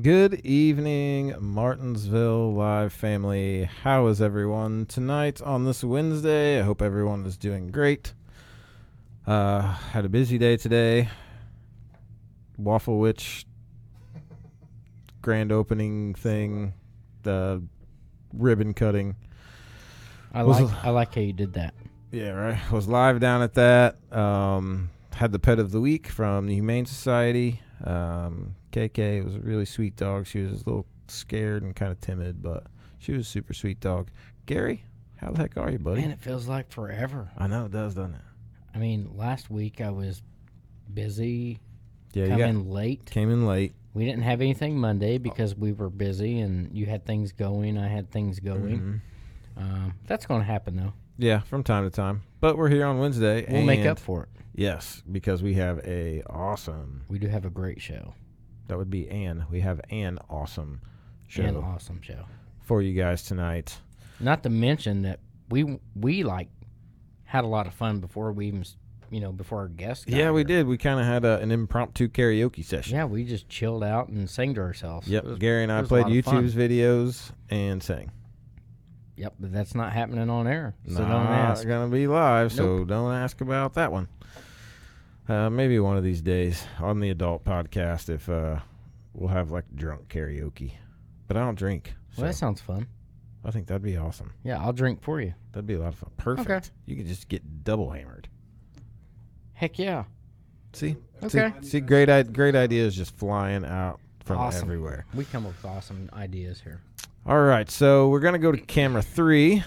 Good evening, Martinsville Live family. How is everyone tonight on this Wednesday? I hope everyone is doing great. Uh, had a busy day today. Waffle Witch grand opening thing, the ribbon cutting. I Was like I like how you did that. Yeah, right. Was live down at that. Um, had the pet of the week from the Humane Society. Um, KK was a really sweet dog. She was a little scared and kind of timid, but she was a super sweet dog. Gary, how the heck are you, buddy? Man, it feels like forever. I know it does, doesn't it? I mean, last week I was busy Yeah, you got, Oh. coming late. came in late. We didn't have anything Monday because we were busy and you had things going. I had things going. Mhm. Um, that's going to happen though. Yeah, from time to time. But we're here on Wednesday. We'll make and- up for it. Yes, because we have a awesome. We do have a great show, That would be Anne. We have an awesome show an awesome show. for you guys tonight. Not to mention that we we like had a lot of fun before we even s- you know before our guests. got Yeah, we here. did. We kind of had a, an impromptu karaoke session. Yeah, we just chilled out and sang to ourselves. Yep. It was- Gary and it I was a played lot of fun. YouTube's videos and sang. Yep, but that's not happening on air. So Not don't ask. Gonna be live, so don't ask about that one. Uh, maybe one of these days on the adult podcast if uh, we'll have like drunk karaoke. But I don't drink. So Well, that sounds fun. I think that'd be awesome. Yeah, I'll drink for you. That'd be a lot of fun. Perfect. You could just get double hammered. Heck yeah. See? Okay. See, see great i- great ideas just flying out from Awesome. everywhere. We come up with awesome ideas here. All right, so we're gonna go to camera three.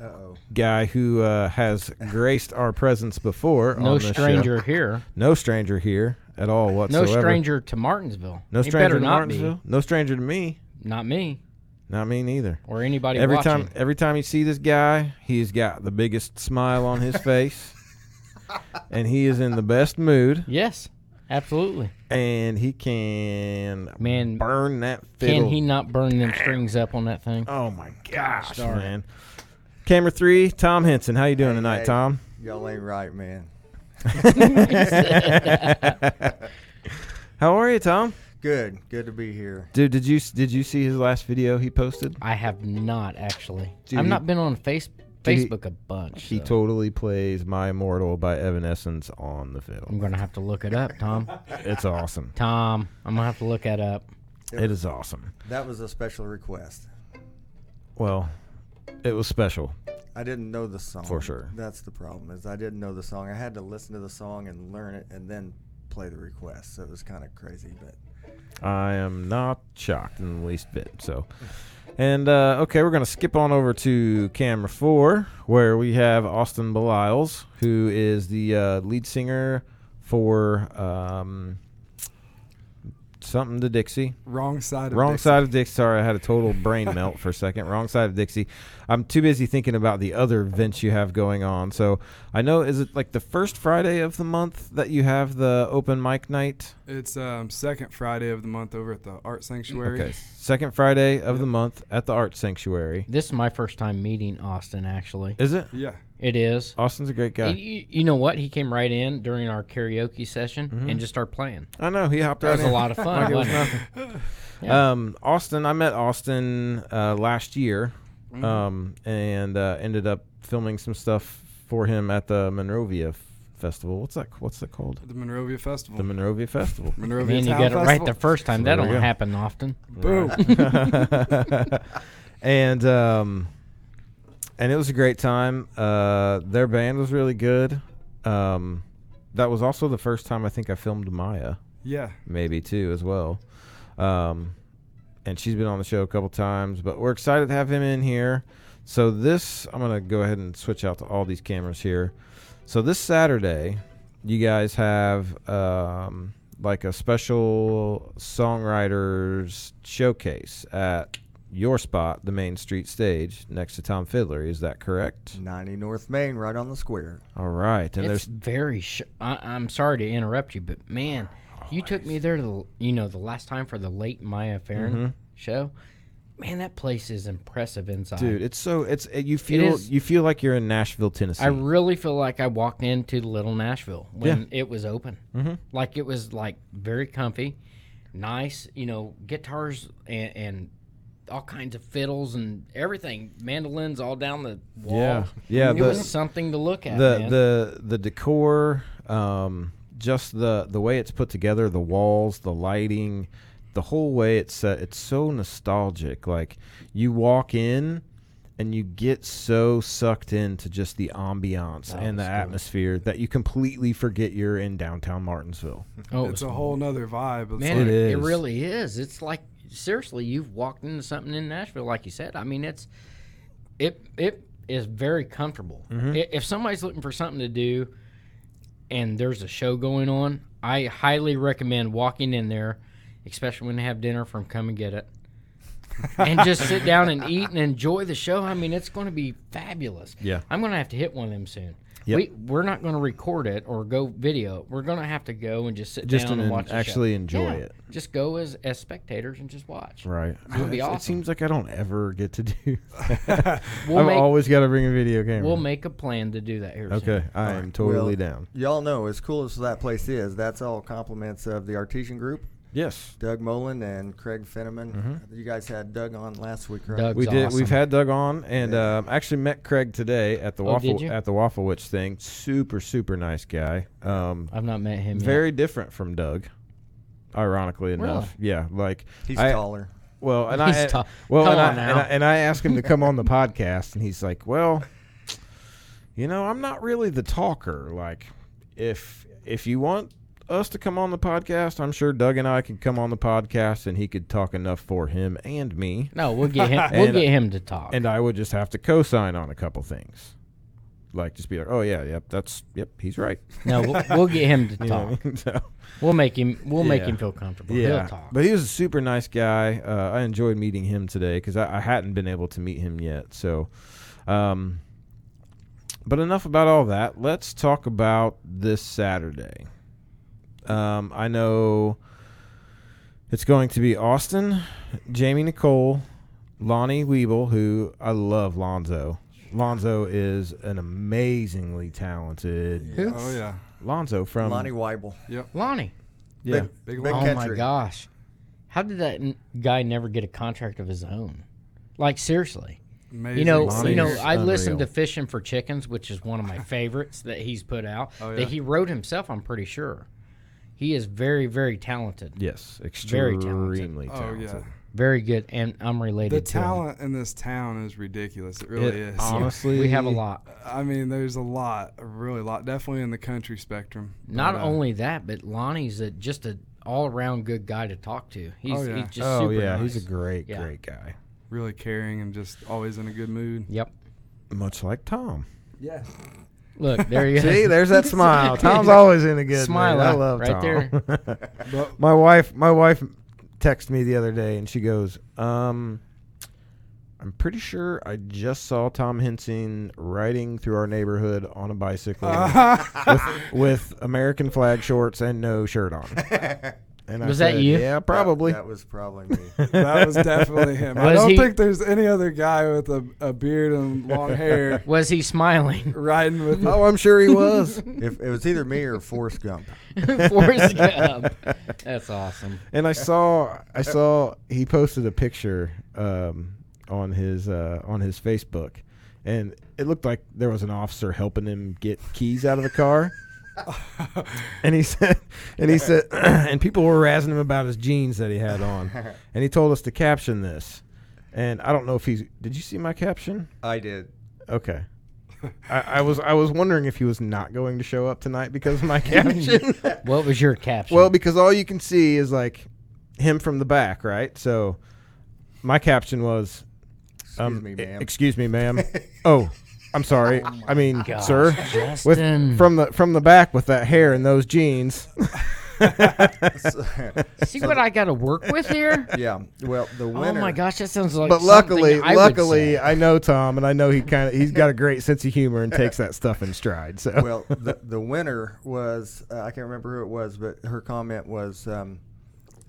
Uh-oh. Guy who uh, has graced our presence before. on No this show. stranger here. No stranger here at all No whatsoever. stranger to Martinsville. No He stranger better to not Martinsville. No stranger to me. Be. Not me Not me neither. or anybody every watching. time, every time you see this guy, he's got the biggest smile on his face, and he is in the best mood, Yes, absolutely. and he can Man, burn that fiddle. Can he not burn them strings up on that thing? Oh my gosh, Darn. man! Camera three, Tom Henson. How you doing Hey, tonight, hey. Tom? Y'all ain't right, man. How are you, Tom? Good. Good to be here. Dude, did you did you see his last video he posted? I have not actually. Dude, I've he- not been on face, Dude, he- Facebook a bunch. He so totally plays "My Immortal" by Evanescence on the fiddle. I'm gonna have to look it up, Tom. It's awesome. Tom, I'm gonna have to look that up. It is awesome. That was a special request. Well, it was special. I didn't know the song. For sure. That's the problem is I didn't know the song. I had to listen to the song and learn it and then play the request. So it was kind of crazy, but I am not shocked in the least bit. So, and uh, okay, we're gonna skip on over to camera four, where we have Austin Belials, who is the uh, lead singer for um, something to Dixie. Wrong side of Wrong Dixie. side of Dixie. Sorry, I had a total brain melt for a second. Wrong side of Dixie. I'm too busy thinking about the other events you have going on. So I know is it like the first Friday of the month that you have the open mic night? It's um, second Friday of the month over at the Art Sanctuary. Okay, second Friday of the month at the Art Sanctuary. This is my first time meeting Austin. Actually, Is it? Yeah. it is. Austin's a great And guy. You, you know what? He came right in during our karaoke session Mm-hmm. and just started playing. I know he hopped That out. was a lot of fun. wasn't it? Um, Austin, I met Austin uh, last year, Mm-hmm. um, and uh, ended up filming some stuff for him at the Monrovia F- Festival. What's that? What's that called? The Monrovia Festival. The Monrovia Festival. Monrovia Man, you Town got it right Festival. the first time. There That we don't go. happen often. Boom. and um, and it was a great time. Uh, their band was really good. Um, that was also the first time I think I filmed Maya, yeah. maybe too as well. Um, and she's been on the show a couple times, but we're excited to have him in here. So this, I'm gonna go ahead and switch out to all these cameras here. So this Saturday, you guys have um, like a special songwriters showcase at your spot, the main street stage next to Tom Fiddler. Is that correct? 90 North Main right on the square. All right, and there's it's very. Sh- I, I'm sorry to interrupt you, but man, you took me there. To, the- you know, the last time for the late Maya Farron Mm-hmm. show. Man, that place is impressive inside. dude, it's so it's it, you feel is- you feel like you're in Nashville, Tennessee. I really feel like I walked Mm-hmm. into Little Nashville when it was open. Like it was like very comfy. nice, you know, guitars and, and all kinds of fiddles and everything, mandolins all down the wall. Yeah. Yeah, It the- was something to look at. the man. the the decor, um, just the the way it's put together, the walls, the lighting, the whole way it's set. It's so nostalgic. Like you walk in. And you get so sucked into just the ambiance That and the was cool. atmosphere that you completely forget you're in downtown Martinsville. oh, it's a whole nother vibe. It's Man, like, it, It it is. really is. It's like seriously, you've walked into something in Nashville, like you said. I mean, it's it it is very comfortable. Mm-hmm. I- If somebody's looking for something to do, and there's a show going on, I highly recommend walking in there, especially when they have dinner from Come and Get It, and just sit down and eat and enjoy the show. I mean, it's going to be fabulous. Yeah. I'm going to have to hit one of them soon. Yep. We, we're not going to record it or go video. We're going to have to go and just sit Just down to and en- watch the show. actually enjoy Yeah, it. Just go as as spectators and just watch. Right. would be It awesome. seems like I don't ever get to do. We'll I've make always got to bring a video camera. we'll make a plan to do that here. soon. okay, I am totally Well, down. Y'all know as cool as that place is, that's all compliments of the Artesian Group, Yes, Doug Mullen and Craig Fenneman. Mm-hmm. You guys had Doug on last week, right? Doug's we did. awesome. We've had Doug on, and um, actually met Craig today at the Oh, did waffle you? at the Waffle Witch thing. Super, super nice guy. Um, I've not met him. very different from Doug. Ironically enough, yeah, like He's I- taller. Well, and He's I ta- well, come and I, on and I now. and I asked him to come on the podcast, and he's like, "Well, you know, I'm not really the talker. Like, if if you want us to come on the podcast, I'm sure Doug and I could come on the podcast, and he could talk enough for him and me, Yet. No, we'll get him. We'll And- get him to talk. and I would just have to co-sign on a couple things." Like just be like, oh yeah, yep, that's yep, he's right. no, we'll, we'll get him to You know what talk. I mean? So- We'll make him. We'll make Yeah. him feel comfortable. He'll talk. but he was a super nice guy. Uh, I enjoyed meeting him today because I, I hadn't been able to meet him yet. So, um, but enough about all that. Let's talk about this Saturday. Um, I know it's going to be Austin, Jamie Nicole, Lonnie Weeble, who I love Lonzo. Lonzo is an amazingly talented Who? oh yeah, Lonzo from Lonnie Weibel. Lonnie. Um, yeah. Big, big big one. Oh my country. gosh, how did that n- guy never get a contract of his own? Like seriously. amazing. You know, Lonnie's you know. I listened to unreal. "Fishing for Chickens," which is one of my favorites that he's put out. Oh, yeah. That he wrote himself. I'm pretty sure. He is very, very talented. Yes, Very extremely talented. talented. oh yeah, Very good, and I'm the related to him. talent in this town is ridiculous. It really It is. Honestly, We have a lot. I mean, there's a lot, a really lot, definitely in the country spectrum. Not But, uh, only that, but Lonnie's a, just a all around good guy to talk to. He's, yeah. he's just oh super yeah, nice. he's a great, Yeah. great guy. really caring and just always in a good mood. Yep. Much like Tom. Yeah. Look, there he is. See, there's that smile. Tom's always in a good Smile mood. I out love right Tom. But my wife, my wife, texted me the other day, and she goes, um, "I'm pretty sure I just saw Tom Henson riding through our neighborhood on a bicycle with, with American flag shorts and no shirt on." And I Was that said, you? Yeah, probably. That, that was probably me. that was definitely him. I Was don't he- think there's any other guy with a, a beard and long hair Was he smiling? riding with. oh, I'm sure he was. if it was either me or Forrest Gump. Forrest Gump. That's awesome. And I saw I saw he posted a picture um, on his uh, on his Facebook, and it looked like there was an officer helping him get keys out of the car. and he said, and he said, and people were razzing him about his jeans that he had on, and he told us to caption this. And I don't know if he's. Did you see my caption? I did. Okay. I, I was I was wondering if he was not going to show up tonight because of my caption. What was your caption? Well, because all you can see is like him from the back, right? So my caption was, Excuse um, me, "E- ma'am. Excuse me, ma'am. oh, I'm sorry. I mean, Gosh, sir. With, Justin. from the from the back with that hair and those jeans. See what I got to work with here? yeah. Well, the Oh winner. my gosh, that sounds like. But something luckily, I would luckily, say. I know Tom, and I know he kind of he's got a great sense of humor and takes that stuff in stride. So Well, the, the winner was uh, I can't remember who it was, but her comment was, um,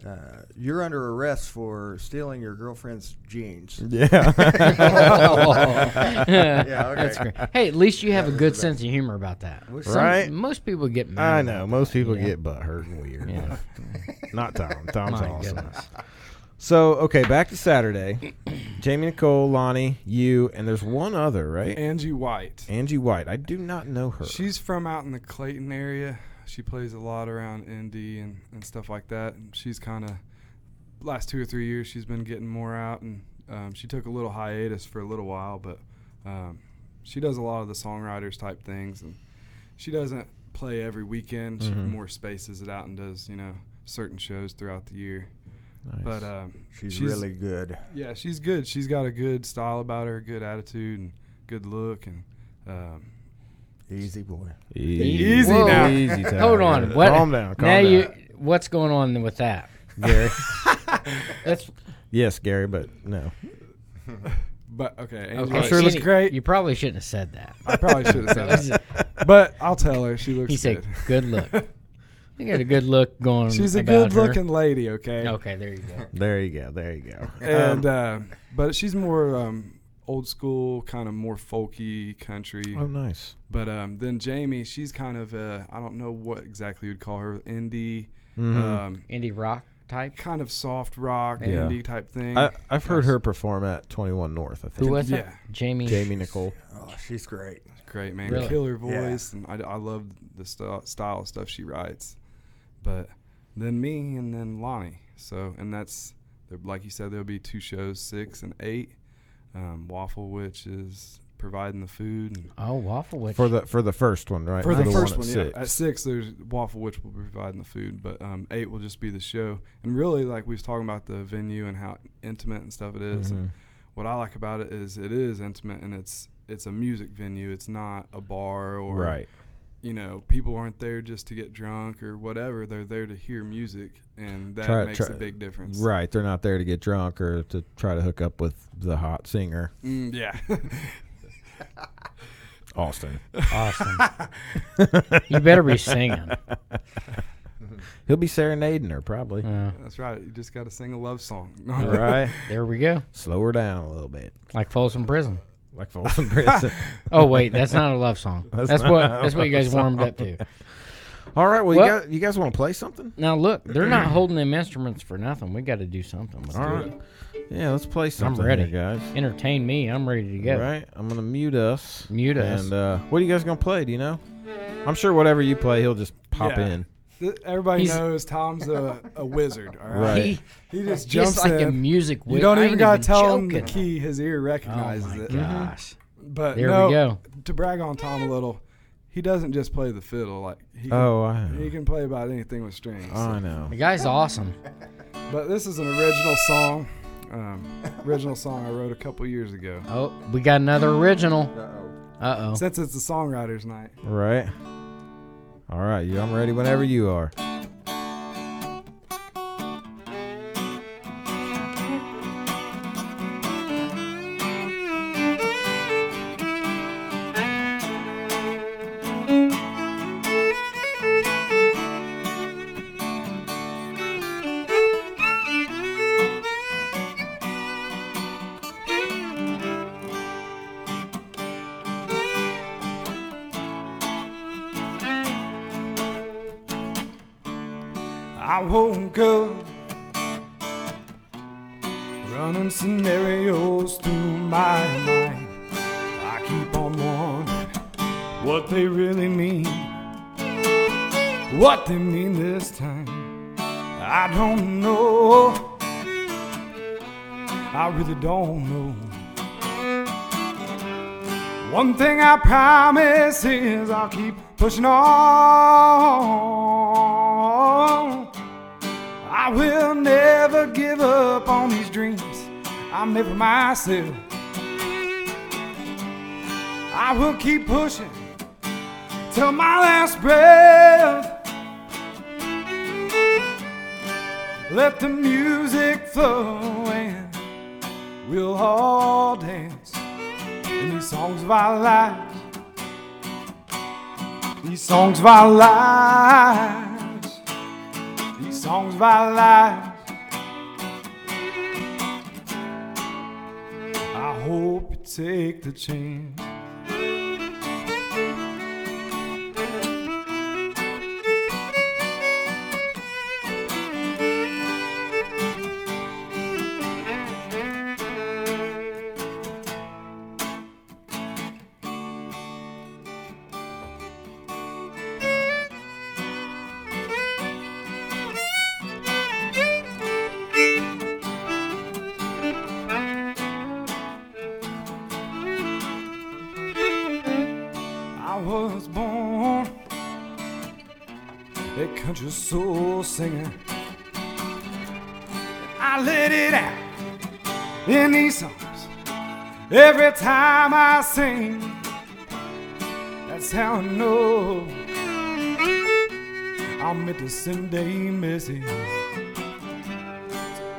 uh, "You're under arrest for stealing your girlfriend's jeans." Yeah. Yeah, okay. That's great. Hey, at least you have a good sense of humor about that. Which- Some- Right? Most people get mad. I about know. that, Most people you know? get butt hurt and weird. Yeah. Not Tom. Tom's My awesome. goodness. So okay, back to Saturday. Jamie Nicole, Lonnie, you, and there's one other, right? Angie White. Angie White. I do not know her. She's from out in the Clayton area. She plays a lot around Indy and, and stuff like that. And she's kind of last two or three years she's been getting more out, and um, she took a little hiatus for a little while, but um, she does a lot of the songwriters type things, and she doesn't play every weekend. She Mm-hmm. Mhm. more spaces it out and does you know certain shows throughout the year. Nice. But um, She's, really good. yeah, she's good. She's got a good style about her, good attitude, and good look, and. Um, Easy boy. easy, Easy now. E- Easy, Tyler. Hold on. What, Calm down. Calm now down. you, what's going on with that, Gary? That's yes, Gary, but no. but okay, Angie okay. White- sure looks Any- great. You probably shouldn't have said that. I probably should have said that. But I'll tell her she looks he said, good. "Good look." You got a good look going. She's a about good her. looking lady, okay? Okay, there you go. There you go. There you go. And uh, but she's more um, old school, kind of more folky country. Oh, nice. But um, then Jamie, she's kind of uh, I don't know what exactly you'd call her indie, um, Indie rock type. kind of soft rock Yeah. indie type thing. I, I've heard her perform at 21 North. I think. Who was it? yeah. Jamie. Jamie Nicole. Oh, she's great. Great man, Really? killer Yeah. voice, and I, I love the st- style of stuff she writes. But then me and then Lonnie. So and that's there- like you said, there'll be two shows, six and eight. Um, Waffle, which is providing the food. And Oh, Waffle Witch. For the for the first one, right? for the, Not first at one, six. yeah. At six, there's Waffle Witch will be providing the food, but um, eight will just be the show. And really, like we was talking about the venue and how intimate and stuff it is. Mhm. What I like about it is it is intimate and it's it's a music venue. It's not a bar or Right. you know, people aren't there just to get drunk or whatever. They're there to hear music, and that Try- makes try- a big difference. Right. They're not there to get drunk or to try to hook up with the hot singer Mm, yeah. Austin. Austin. you better be singing. He'll be serenading her probably. Uh, That's right. You just got to sing a love song. All right. there we go. Slow her down a little bit. Like Folsom Prison. Like Folsom Prison. Oh wait, that's not a love song. That's, not what a that's what you love guys warmed up to. All right. Well, you Well- guys, you guys want to play something? Now look, they're not holding them instruments for nothing. We got to do something. with All it. right. Yeah, let's play something. ready. here, guys. Entertain me. I'm ready to go. All right. I'm gonna mute us. Mute us. And uh, what are you guys gonna play? Do you know? I'm sure whatever you play, he'll just pop Yeah. in. Th- Everybody He's- knows Tom's a, a wizard. All right. Right. He, He just just jumps like in. a music. you whip. don't I even ain't gotta tell him the joking. key. His ear Oh recognizes my it. gosh! But There no, we go. to brag on Tom a little, he doesn't just play the fiddle. Like he can, Oh, I he know. can play about anything with strings. I know. The guy's awesome. But this is an original song. Um, original song I wrote a couple years ago. Oh, we got another original. Uh oh. Since it's a songwriter's night. Right. All right. you- I'm ready whenever you are. I woke up running scenarios through my mind. I keep on wondering what they really mean, what they mean this time. I don't know. I really don't know. One thing I promise is I'll keep pushing on. I will never give up on these dreams. I'm never myself. I will keep pushing till my last breath. Let the music flow and we'll all dance in these songs of our lives. These songs of our lives. These songs of our lives. hope you take the chance. I was born a country soul singer. I let it out in these songs every time I sing. That's how I know I'm meant to send a message. to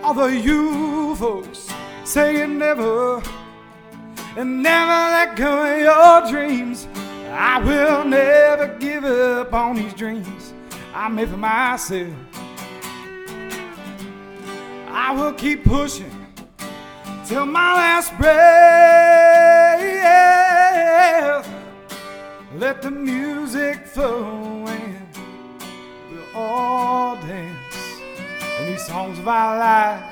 All the you folks saying never and never let go of your dreams. I will never give up on these dreams I made for myself. I will keep pushing till my last breath. Let the music flow and we'll all dance in these songs of our lives.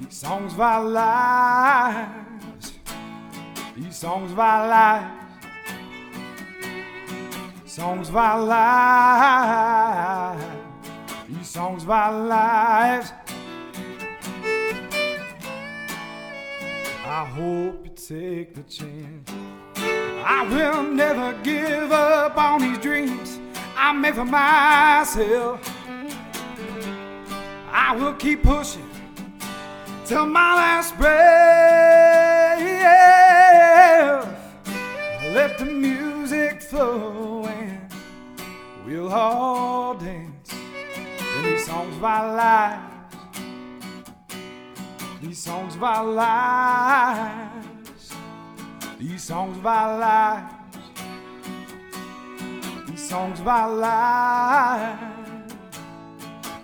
These songs of our lives. These songs of our lives. Songs of our lives. These songs of our lives. I hope you take the chance. I will never give up on these dreams I made for myself. I will keep pushing till my last breath. Let the music flow and we'll all dance in these songs of our lives. These songs of our lives. These songs of our lives. These songs of our lives.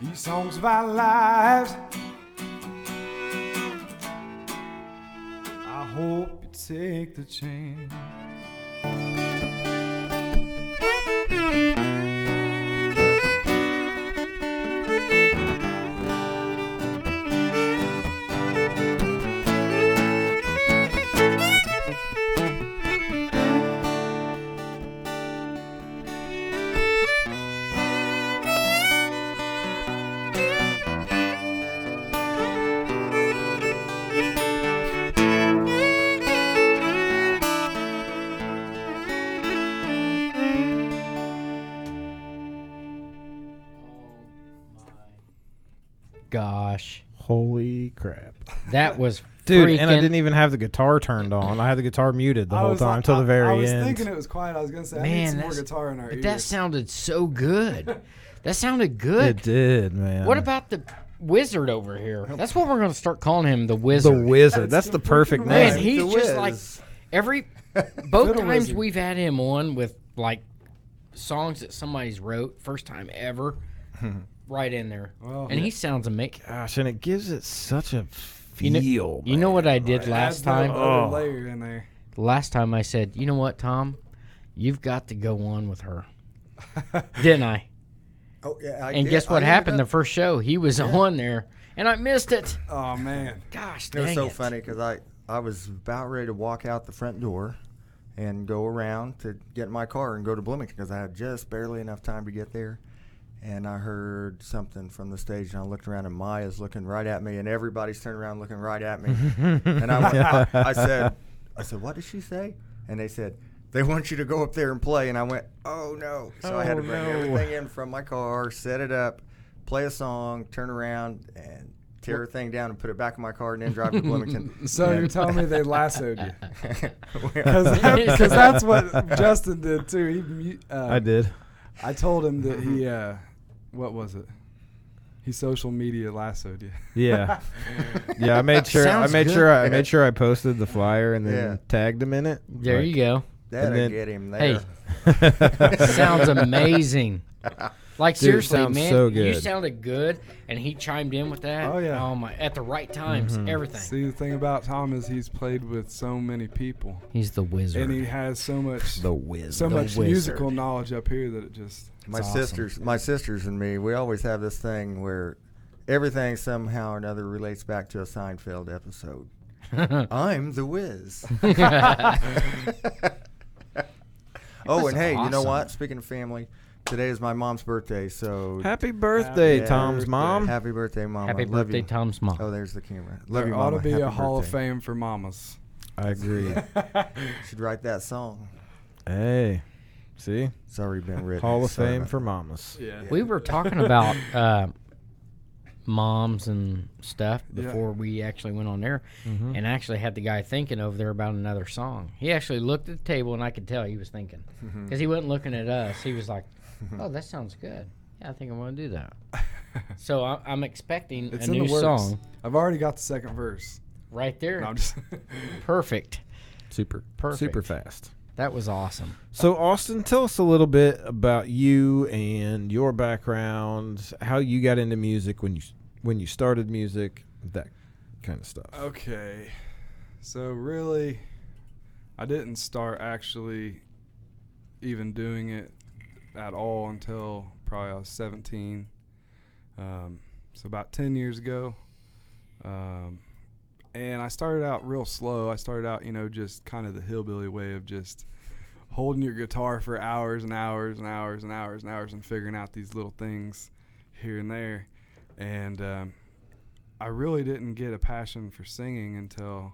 These songs of our lives. I hope you take the chance. Gosh, Holy crap. that was Dude, freaking, and I didn't even have the guitar turned on. I had the guitar muted the I whole was time like- till I- the very I was end. thinking it was quiet. I was gonna say, I need Man, some more that's- guitar in our But ears. that sounded so good. that sounded good. It did, man. What about the wizard over here? That's what we're going to start calling him, the the wizard. wizard? That's the perfect Man, name. he's The just like Wiz. every both Fiddle times wizard. we've had him on with like songs that somebody's wrote first time ever, right in there, Well, and he sounds amazing. Gosh, and it gives it such a You feel. know, you know what I It did adds last that time? other Oh. layer in there. Last time I said, you know what, Tom, you've got to go on with her, didn't I? Oh yeah. I And did- guess I what ended happened? The up- first show he was on there, and I missed it. Oh man, Gosh, It was dang so it. funny because I I was about ready to walk out the front door. And go around to get in my car and go to Bloomington because I had just barely enough time to get there. And I heard something from the stage, and I looked around, and Maya's looking right at me, and everybody's turning around looking right at me. and I, went, I, I said, I said, what did she say? And they said, they want you to go up there and play. And I went, oh no. So I had to Oh, bring no. everything in from my car, set it up, play a song, turn around, and tear everything down and put it back in my car and then drive to Bloomington. so you're telling me they lassoed you? Well, Because that's what Justin did too. He, mu- uh, I did. Mm-hmm. I told him that he, uh, what was it? He social media lassoed you. Yeah, yeah. I made sure. I Sounds made good. sure. I, I made sure I posted the flyer and then Yeah. tagged him in it. There you go. That'll And then- get him there. Hey, sounds amazing. Like Dude, it seriously, sounds man, so you good. sounded good, and he chimed in with that. Oh, yeah. oh my, at the right times, Mm-hmm. everything. See, the thing about Tom is he's played with so many people, He's the wizard. and he has so much, The whiz. so the much wizard. musical knowledge up here that it just. My It's awesome. sisters, my sisters and me, we always have this thing where everything somehow or another relates back to a Seinfeld episode. I'm the Wiz. oh, and hey, you know awesome. what? Speaking of family, today is my mom's birthday, so Happy birthday, Happy Tom's birthday. mom. happy birthday, mom. Happy Oh, Love birthday, you. Tom's mom. Oh, there's the camera. Love there you, ought mama. to be Happy a Hall of birthday. Fame for mamas. I agree. Should write that song. hey, see, It's already been written. Hall of Sorry Fame about for mamas. Yeah. We were talking about uh, moms and stuff Yeah. Mm-hmm. before we actually went on there, and I actually had the guy thinking over there about another song. He actually looked at the table, and I could tell he was thinking Mm-hmm. because he wasn't looking at us. He was like, "Oh, that sounds good. Yeah, I think I'm going to do that." so I, I'm expecting It's a in new the works. song I've already got the second verse. right there. No, I'm just Perfect. Super, Perfect. super fast. That was awesome. So, Austin, tell us a little bit about you and your background, how you got into music when you when you started music, that kind of stuff. okay. So really, I didn't start actually even doing it at all until probably I was 17. Um, so about 10 years ago. Um, and I started out real slow. I started out, you know, just kind of the hillbilly way of just holding your guitar for hours and hours and hours and hours and hours and figuring out these little things here and there. And um, I really didn't get a passion for singing until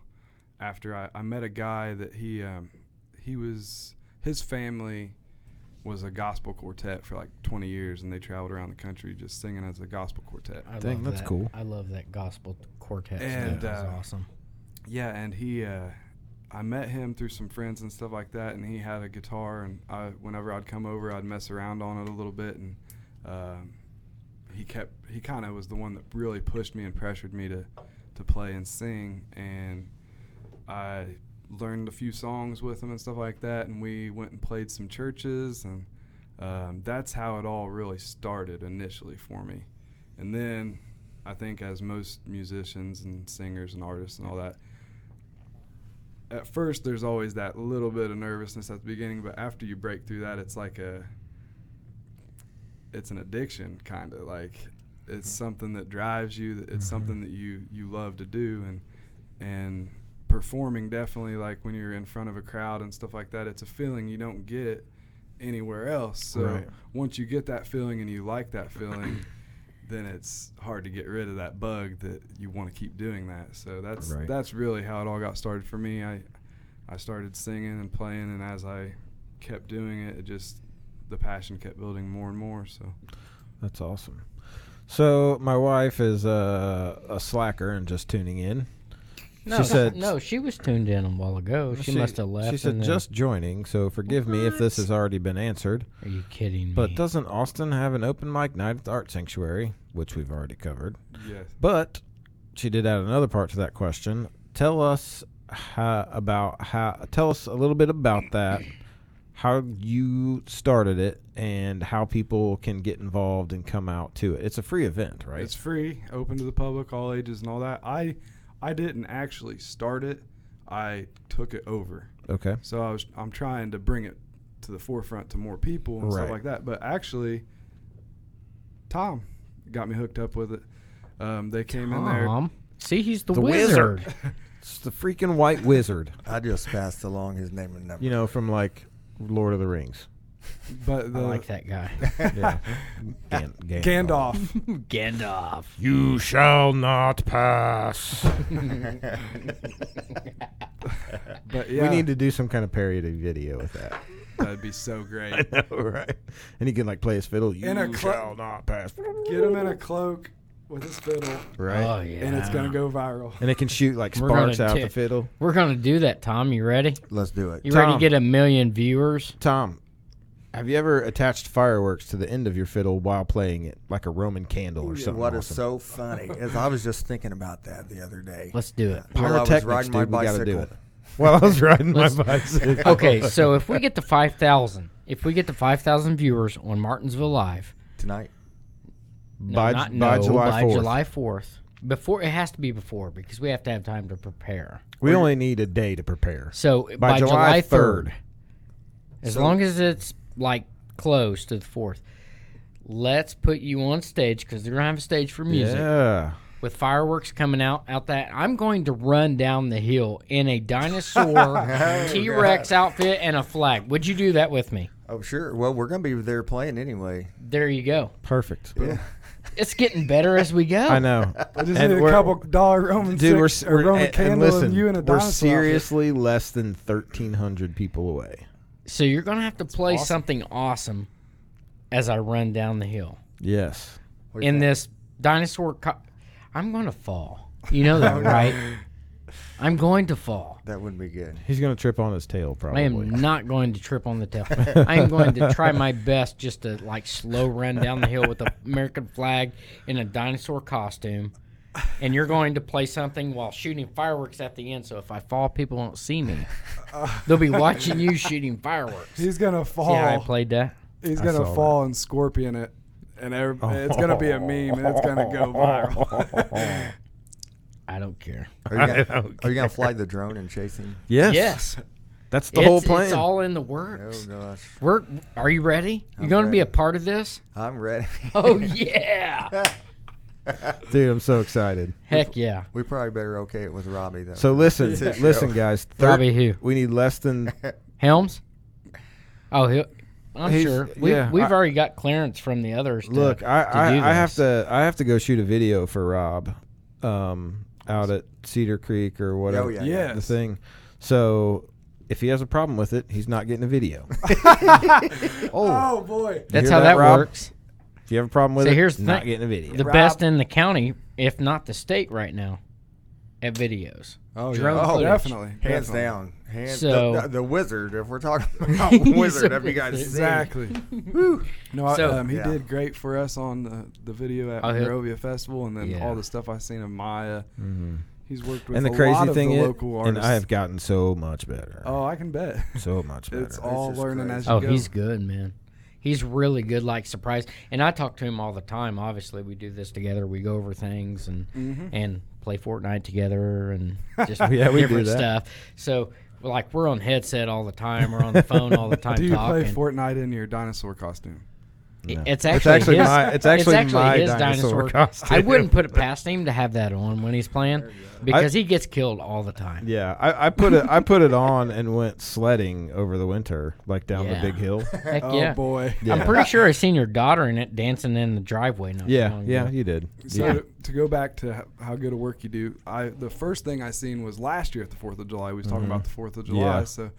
after I, I met a guy that he um, he was his family was a gospel quartet for like 20 years and they traveled around the country just singing as a gospel quartet. I Dang, love that's that. cool. I love that gospel quartet. stuff. And, that was uh, awesome. Yeah, and he, uh, I met him through some friends and stuff like that, and he had a guitar, and I, whenever I'd come over, I'd mess around on it a little bit, and um, he kept, he kind of was the one that really pushed me and pressured me to, to play and sing, and I learned a few songs with him and stuff like that, and we went and played some churches, and um, that's how it all really started initially for me, and then. I think, as most musicians and singers and artists and all that, at first there's always that little bit of nervousness at the beginning, but after you break through that, it's like a it's an addiction kind of like it's something that drives you. that- It's something that you you love to do and and performing definitely like when you're in front of a crowd and stuff like that. It's a feeling you don't get anywhere else. So Right. once you get that feeling and you like that feeling. Then it's hard to get rid of that bug that you want to keep doing that. So that's Right. that's really how it all got started for me. I I started singing and playing, and as I kept doing it, it just the passion kept building more and more. So That's awesome. So, my wife is uh, a slacker and just tuning in. No, She said- no, she was tuned in a while ago. Oh, She, must have left. She and said then- just joining, so forgive me if this has already been answered. "Are you kidding me?" But doesn't Austin have an open mic night at the Art Sanctuary, which we've already covered? yes, But she did add another part to that question. Tell us how, about how. Tell us a little bit about that. How you started it and how people can get involved and come out to it. It's a free event, right? it's free, open to the public, all ages, and all that. I I didn't actually start it. I took it over. okay. So I was I'm trying to bring it to the forefront to more people and stuff Right. like that. But actually, Tom got me hooked up with it. Um, they came in there. Tom, see, he's the, The wizard. wizard. It's the freaking White Wizard, that. I just passed along his name and number. you know, from like Lord of the Rings. But the I like that guy, Yeah. Gan- Gandalf. Gandalf. You shall not pass. but yeah, We need to do some kind of parody video with that. that'd be so great. know, right? And he can like play his fiddle. You In a clo- shall not pass. Get him in a cloak with his fiddle, Right. Oh yeah, and it's gonna go viral. and it can shoot like We're gonna sparks out tick. the fiddle. We're gonna do that, Tom. You ready? Let's do it. You ready to Tom. get a million viewers? Tom, have you ever attached fireworks to the end of your fiddle while playing it, like a Roman candle or something? What is awesome? so funny is I was just thinking about that the other day. Let's do it. While I was Pyrotechnics, riding my dude, we gotta do bicycle. it. While I was riding my bicycle. Okay, so if we get to five thousand, if we get to five thousand viewers on Martinsville Live, tonight. No, by not by no, July by fourth. July fourth. Before it has to be before because we have to have time to prepare. we only need a day to prepare. So by, By July July 3rd. third, as So- long as it's like close to the fourth, let's put you on stage because they're gonna have a stage for music Yeah. with fireworks coming out out that. I'm going to run down the hill in a dinosaur T Rex outfit and a flag. Would you do that with me? Oh, sure. Well, we're going to be there playing anyway. There you go. Perfect. Yeah. It's getting better as we go. I know. I just And need a we're- couple dollar Roman Dude, we're, six, we're or Roman and, candle and listen, you and a we're dinosaur outfit. seriously less than 1,300 people away. So you're gonna have to play awesome. something awesome as I run down the hill Yes. What do you in think? this dinosaur. Co- I'm gonna fall. You know that, right? I'm going to fall. that wouldn't be good. He's going to trip on his tail, probably. I am not going to trip on the tail. I am going to try my best just to like slow run down the hill with the American flag in a dinosaur costume. And you're going to play something while shooting fireworks at the end. So if I fall, people won't see me. They'll be watching you shooting fireworks. He's gonna Oh. fall. Yeah, I played that. He's I gonna saw Oh. fall and scorpion it, and every, it's gonna be a meme. and It's gonna go viral. I don't care. Are you gonna- are you going to fly the drone and chase him? Yes. Yes, That's the it's, whole plan. It's all in the Oh, works. gosh. We're. Are you ready? You're I'm going to be a ready. part of this? I'm ready. Oh yeah! Dude, I'm so excited. Heck yeah! we probably better okay it with Robbie, though. So listen, Yeah. listen, guys. Thir- Robbie who? We need less than. Helms? Oh, he'll, I'm He's- sure. We, yeah, we've I- already got clearance from the others. To, Look, I, to I, do I have this. to I have to go shoot a video for Rob, um, out at Cedar Creek or whatever. Oh, yeah. yes. The thing. So if he has a problem with it, he's not getting a video. Oh boy. That's hear how that, that, Rob? works. If you have a problem with So it, here's the not thing. getting a video. The Rob- best in the county, if not the state, right now, at videos. Oh yeah. Drone Oh, footage. definitely. Hands definitely. down. Hands So- the, the, the wizard, if we're talking about wizard, have you guys seen? Exactly. no, I- So- um, he Yeah. did great for us on the, the video at Oh, he'll- Monrovia Festival, and then Yeah. all the stuff I seen of Maya. Mhm. He's worked with And the a crazy lot of thing the is, local and artists. I have gotten so much better. oh, I can bet. so much better. It's all just learning crazy. as you Oh, go. he's good, man. He's really good, like surprise. And I talk to him all the time. Obviously, we do this together. We go over things and and play Fortnite together and just Mm-hmm. Yeah, we do different that. stuff. So, like, we're on headset all the time. We're on the phone all the time. Do you play talking. Fortnite in your dinosaur costume? No. It's actually, actually his, my- it's actually my dinosaur costume. I wouldn't put it past him to have that on when he's playing because he gets killed all the time. Yeah, I, I put it I put it on and went sledding over the winter, like down the Yeah. big hill. Heck Oh yeah. boy. I'm pretty sure I seen your daughter in it dancing in the driveway. Not too Yeah, long yeah, ago. you did. So yeah. to, to go back to h- how good a work you do, I the first thing I seen was last year at the Fourth of July. We was talking about the Fourth of July, Yeah. so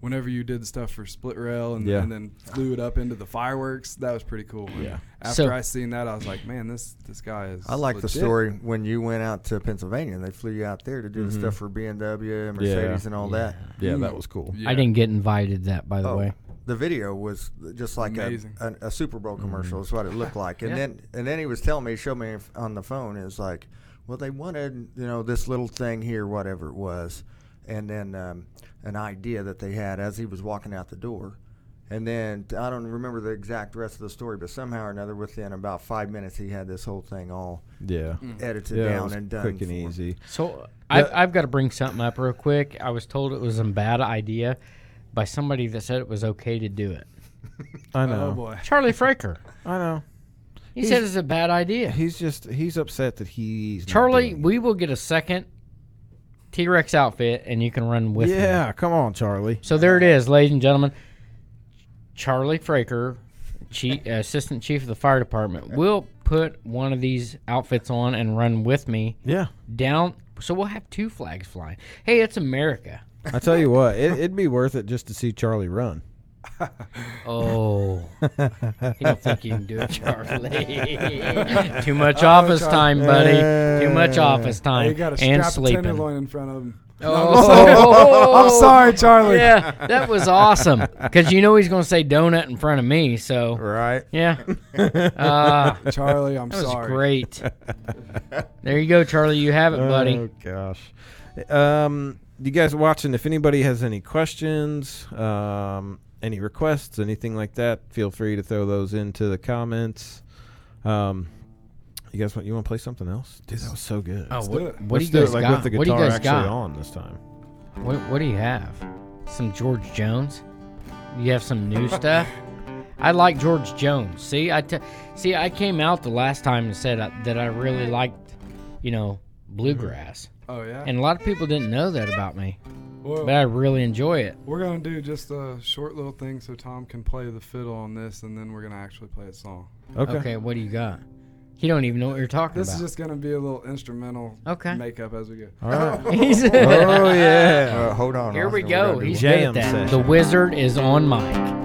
whenever you did stuff for split rail and, Yeah. and then flew it up into the fireworks, that was pretty cool. And Yeah. After So- I seen that, I was like, man, this this guy is. I like the legit." story when you went out to Pennsylvania and they flew you out there to do the stuff for BMW and Mercedes and all that. yeah, that was cool. Yeah. I didn't get invited that, by the Oh, way. the video was just like a, Amazing. a, a Super Bowl Mm-hmm. commercial. Is what it looked like. And Yeah. then and then he was telling me, he showed me on the phone. It was like, well, they wanted you know this little thing here, whatever it was, and then um, an idea that they had as he was walking out the door. And then I don't remember the exact rest of the story, but somehow or another, within about five minutes, he had this whole thing all Yeah, Hmm. edited yeah, it Mm. down was and done. quick and for- easy. So I've, I've got to bring something up real quick. I was told it was a bad idea by somebody that said it was okay to do it. I Oh know, boy. Charlie Fraker. I know. He said it's a bad idea. He's just he's upset that he's not Charlie, doing we will get a second T Rex outfit and you can run it. with me. yeah, come on, Charlie. So there it is, ladies and gentlemen. Charlie Fraker, chief, uh, assistant chief of the fire department, will put one of these outfits on and run with me Yeah, down. So we'll have two flags flying. Hey, it's America. I tell you what, it, it'd be worth it just to see Charlie run. Oh, you don't think you can do it, Charlie? Too much office Oh, Charlie. time, buddy. Too much office Oh, time you got to and strap a sleeping. tenderloin in front of him. Oh. I'm sorry, Charlie. Yeah, that was awesome. Because you know he's going to say donut in front of me. So, Right. yeah. Uh, Charlie, I'm That was sorry. great. there you go, Charlie. You have it, buddy. Oh gosh. Um, you guys watching? If anybody has any questions, um, any requests, anything like that, feel free to throw those into the comments. Um, you guys want you want to play something else? Dude, that was so good. Oh, do what, it. what do Let's you guys it like got? with the what do you guitar guys actually got? on this time? What, what do you have? Some George Jones? You have some new stuff? I like George Jones. See, I t- see, I came out the last time and said I, that I really liked, you know, bluegrass, Oh yeah. and a lot of people didn't know that about me, well, but I really enjoy it. we're gonna do just a short little thing so Tom can play the fiddle on this, and then we're gonna actually play a song. Okay. Okay, what do you got? He don't even know what you're talking This about. is just gonna be a little instrumental Okay. makeup as we go. All right. He's- oh yeah. Uh, hold on. Here we Austin, we're go. gonna do He's one. Jam good at that. session. The wizard is on mic.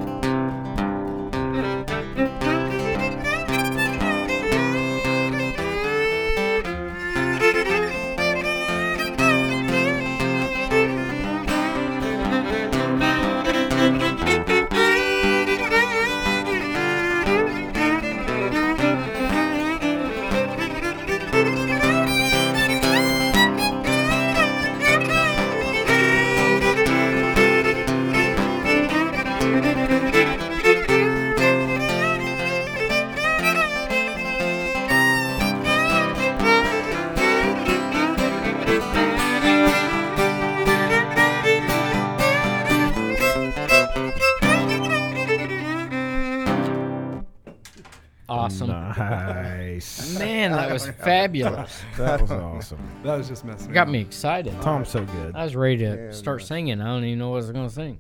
Awesome. Nice. Man, that was fabulous. that was awesome. That was just messing. Got around. me excited. Tom's so good. I was ready to Yeah, start yeah. singing. I don't even know what I was going to sing.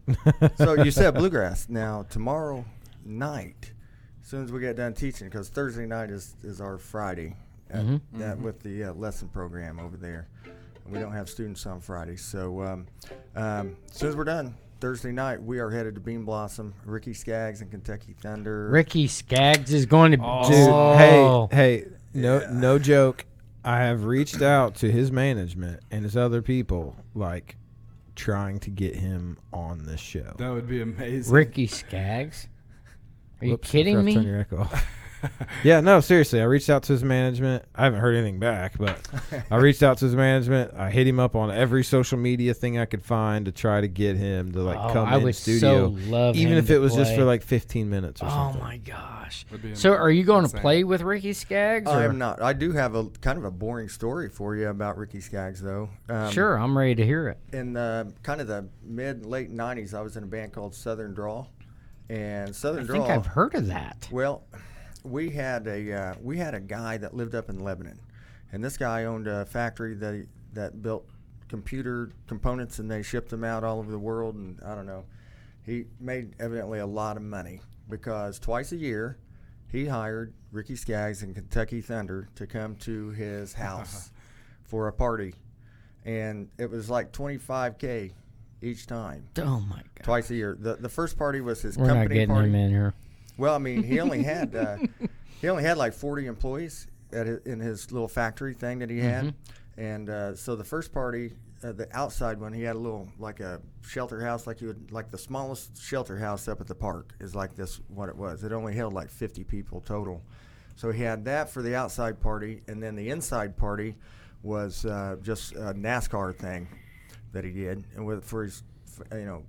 so you said bluegrass. Now tomorrow night, as soon as we get done teaching, because Thursday night is, is our Friday, at, Mm-hmm. that with the uh, lesson program over there. We don't have students on Friday, so um, um, as soon as we're done Thursday night, we are headed to Bean Blossom, Ricky Skaggs and Kentucky Thunder. Ricky Skaggs is going to Oh. do. Dude, Oh. hey, hey, no, no joke. I have reached out to his management and his other people, like trying to get him on this show. That would be amazing. Ricky Skaggs? Are you Whoops, I kidding forgot to me? turn your echo off. yeah, no, seriously. I reached out to his management. I haven't heard anything back, but I reached out to his management. I hit him up on every social media thing I could find to try to get him to like Oh, come I in would studio, so love even him if to it was just play. for like 15 minutes or Oh something. my gosh! Would be So, are you going to insane. play with Ricky Skaggs? I or- am not. I do have a kind of a boring story for you about Ricky Skaggs, though. Um, sure, I'm ready to hear it. in the kind of the mid late '90s, I was in a band called Southern Draw, and Southern I Draw. think I've heard of that. Well, we had a uh, we had a guy that lived up in Lebanon, and this guy owned a factory that that built computer components, and they shipped them out all over the world. And I don't know, he made evidently a lot of money because twice a year he hired Ricky Skaggs and Kentucky Thunder to come to his house for a party, and it was like twenty five k each time. Oh my god! Twice a year. The the first party was his We're not company getting party. him in here. Well, I mean, he only had uh, he only had like 40 employees at his, in his little factory thing that he had, and uh, so the first party, uh, the outside one, he had a little like a shelter house, like you would like the smallest shelter house up at the park is like this what it was. It only held like 50 people total, so he had that for the outside party, and then the inside party was uh, just a NASCAR thing that he did, and with for his f- you know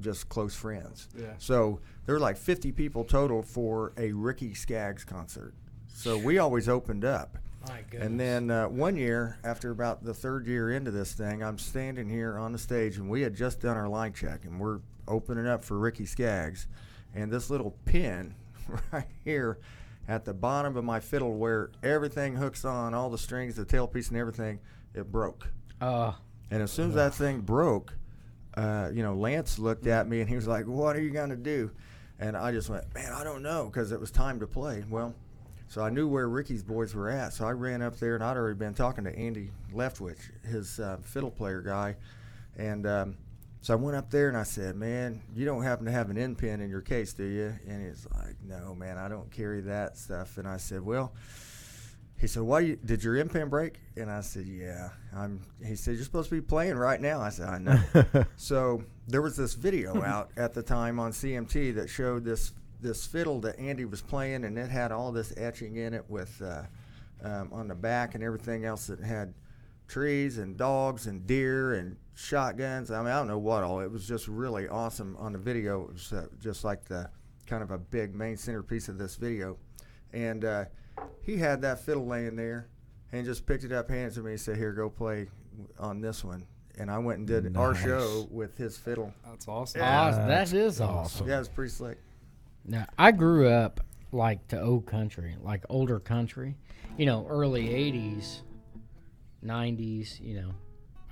just close friends. Yeah. So there were like 50 people total for a Ricky Skaggs concert. So we always opened up. My And then uh, one year, after about the third year into this thing, I'm standing here on the stage, and we had just done our line check, and we're opening up for Ricky Skaggs, and this little pin right here at the bottom of my fiddle, where everything hooks on, all the strings, the tailpiece, and everything, it broke. Uh, And as soon as that thing broke, uh, you know, Lance looked at me and he was like, "What are you gonna do?" And I just went, "Man, I don't know," because it was time to play. Well, so I knew where Ricky's boys were at, so I ran up there and I'd already been talking to Andy Leftwich, his uh, fiddle player guy, and um, so I went up there and I said, "Man, you don't happen to have an end pin in your case, do you?" And he's like, "No, man, I don't carry that stuff." And I said, "Well." He said, "Why you, did your end pin break?" And I said, "Yeah." I'm. He said, "You're supposed to be playing right now." I said, "I know." so there was this video out at the time on CMT that showed this this fiddle that Andy was playing, and it had all this etching in it with uh, um, on the back and everything else. It had trees and dogs and deer and shotguns. I mean, I don't know what all. It was just really awesome on the video. It was uh, just like the kind of a big main centerpiece of this video, and. Uh, He had that fiddle laying there and just picked it up, handed it to me, and said, Here, go play on this one. And I went and did our Nice. show with his fiddle. That's awesome. Awes- that is awesome. Yeah, it was pretty slick. Now, I grew up like to old country, like older country, you know, early 80s, 90s, you know.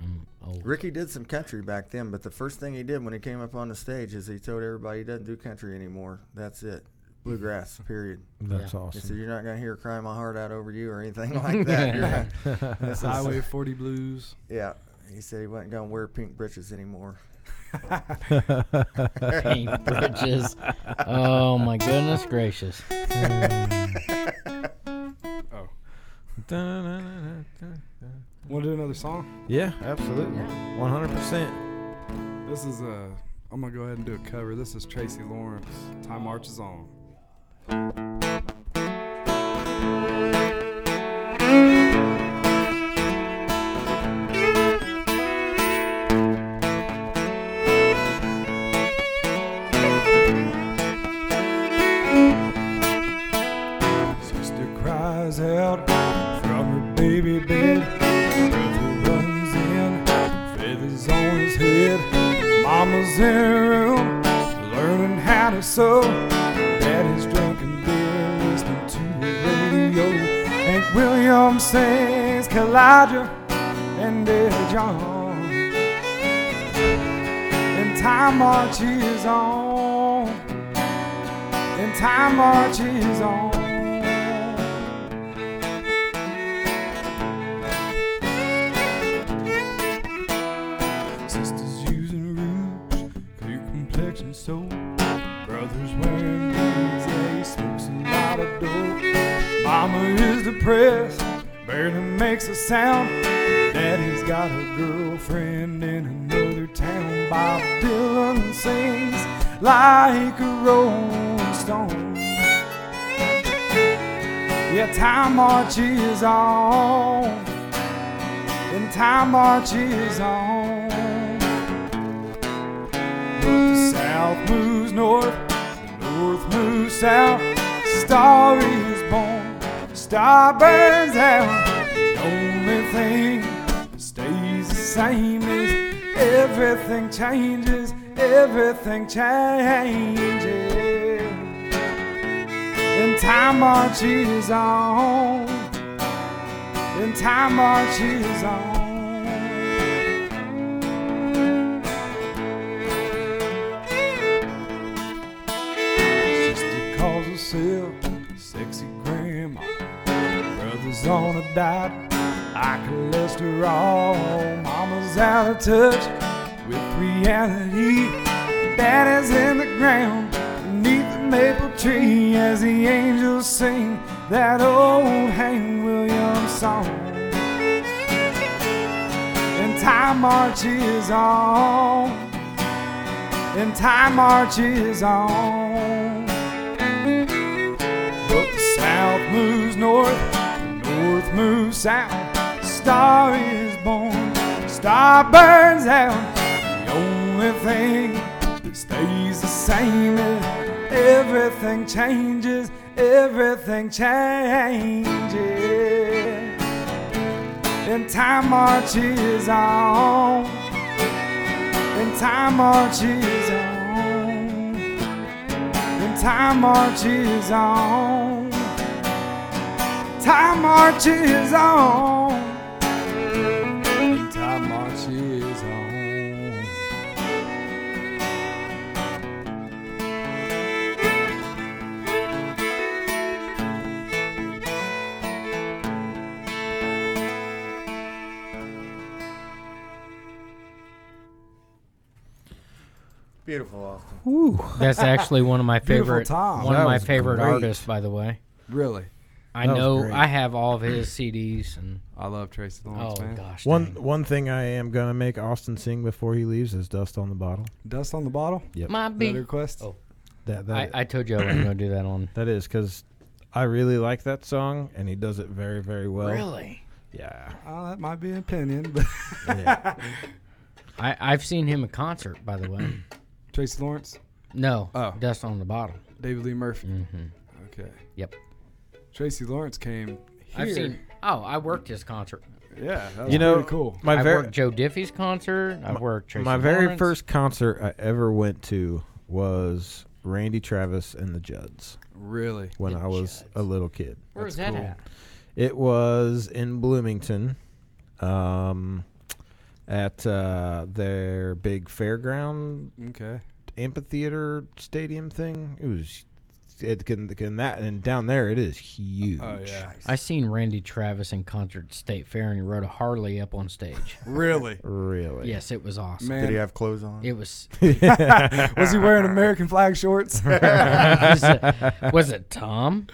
I'm old. Ricky did some country back then, but the first thing he did when he came up on the stage is he told everybody he doesn't do country anymore. That's it. Bluegrass, period. That's Yeah. He awesome. said, You're not going to hear Cry My Heart Out Over You or anything like that. You're not- This is- Highway 40 Blues. Yeah. He said he wasn't going to wear pink britches anymore. Pink bridges. Oh, my goodness gracious. Oh, Da-na-na-na-na. want to do another song? yeah, absolutely. 100%. This is uh, I'm gonna go ahead and do a cover. This is Tracy Lawrence. Time marches on. Sister cries out from her baby bed. Brother runs in, feathers on his head. Mama's in her room, learning how to sew. Daddy's drinking beer, listening to the radio. Hank Williams sings Kalijah and Eddie John. And time marches on. And time marches on. Sisters using rouge, clear complexion soap. Brothers wearing beads, yeah, he smokes a lot of dope. Mama is depressed, barely makes a sound. Daddy's got a girlfriend in another town. Bob Dylan sings like a rolling stone. Yeah, time marches on and time marches on. But the south moves north, the north moves south. Star is born, star burns out. The only thing that stays the same is everything changes, everything changes. And time marches on and time marches on. Sister calls herself sexy grandma. Brother's on a diet, high cholesterol. Mama's out of touch with reality. Daddy's in the ground beneath the maple tree as the angels sing that old Hank Williams song. And time marches on. And time marches on. But the south moves north, the north moves south. Star is born, star burns out. The only thing that stays the same is everything changes, everything changes. And time marches on, and time marches on, and time marches on, time marches on. And time marches on. Beautiful, Austin. That's actually one of my Beautiful favorite Tom. one That of my was favorite great. artists, by the way. Really? I That was know great. I have all of his CDs and I love Tracy oh Lawrence, man. gosh. One dang. one thing I am going to make Austin sing before he leaves is Dust on the Bottle. Dust on the bottle? my Another beat. request? Oh. That that I, I told you I wasn't gonna do that on. that is cuz I really like that song and he does it very very well. Really? Yeah. Oh, that might be an opinion, but yeah. I, I've seen him in concert, by the way. Tracy Lawrence, No, Oh. dust on the bottle. David Lee Murphy. Mm-hmm. Okay. Yep. Tracy Lawrence came. Here. I've seen. Oh, I worked his concert. Yeah, that was You know- pretty cool. My I very worked Joe Diffie's concert. I worked Tracy my very Lawrence. first concert I ever went to was Randy Travis and the Judds Really, when The I was a Judds. little kid. Where was That's that cool. at? It was in Bloomington, um, at uh, their big fairground okay. amphitheater stadium thing. It was it can, can that and down there it is huge. Oh yeah, I seen Randy Travis in concert at State Fair, and he rode a Harley up on stage. really, Really? yes, it was awesome. man. Did he have clothes on? It was was he wearing American flag shorts? Oh, was, it, was it Tom?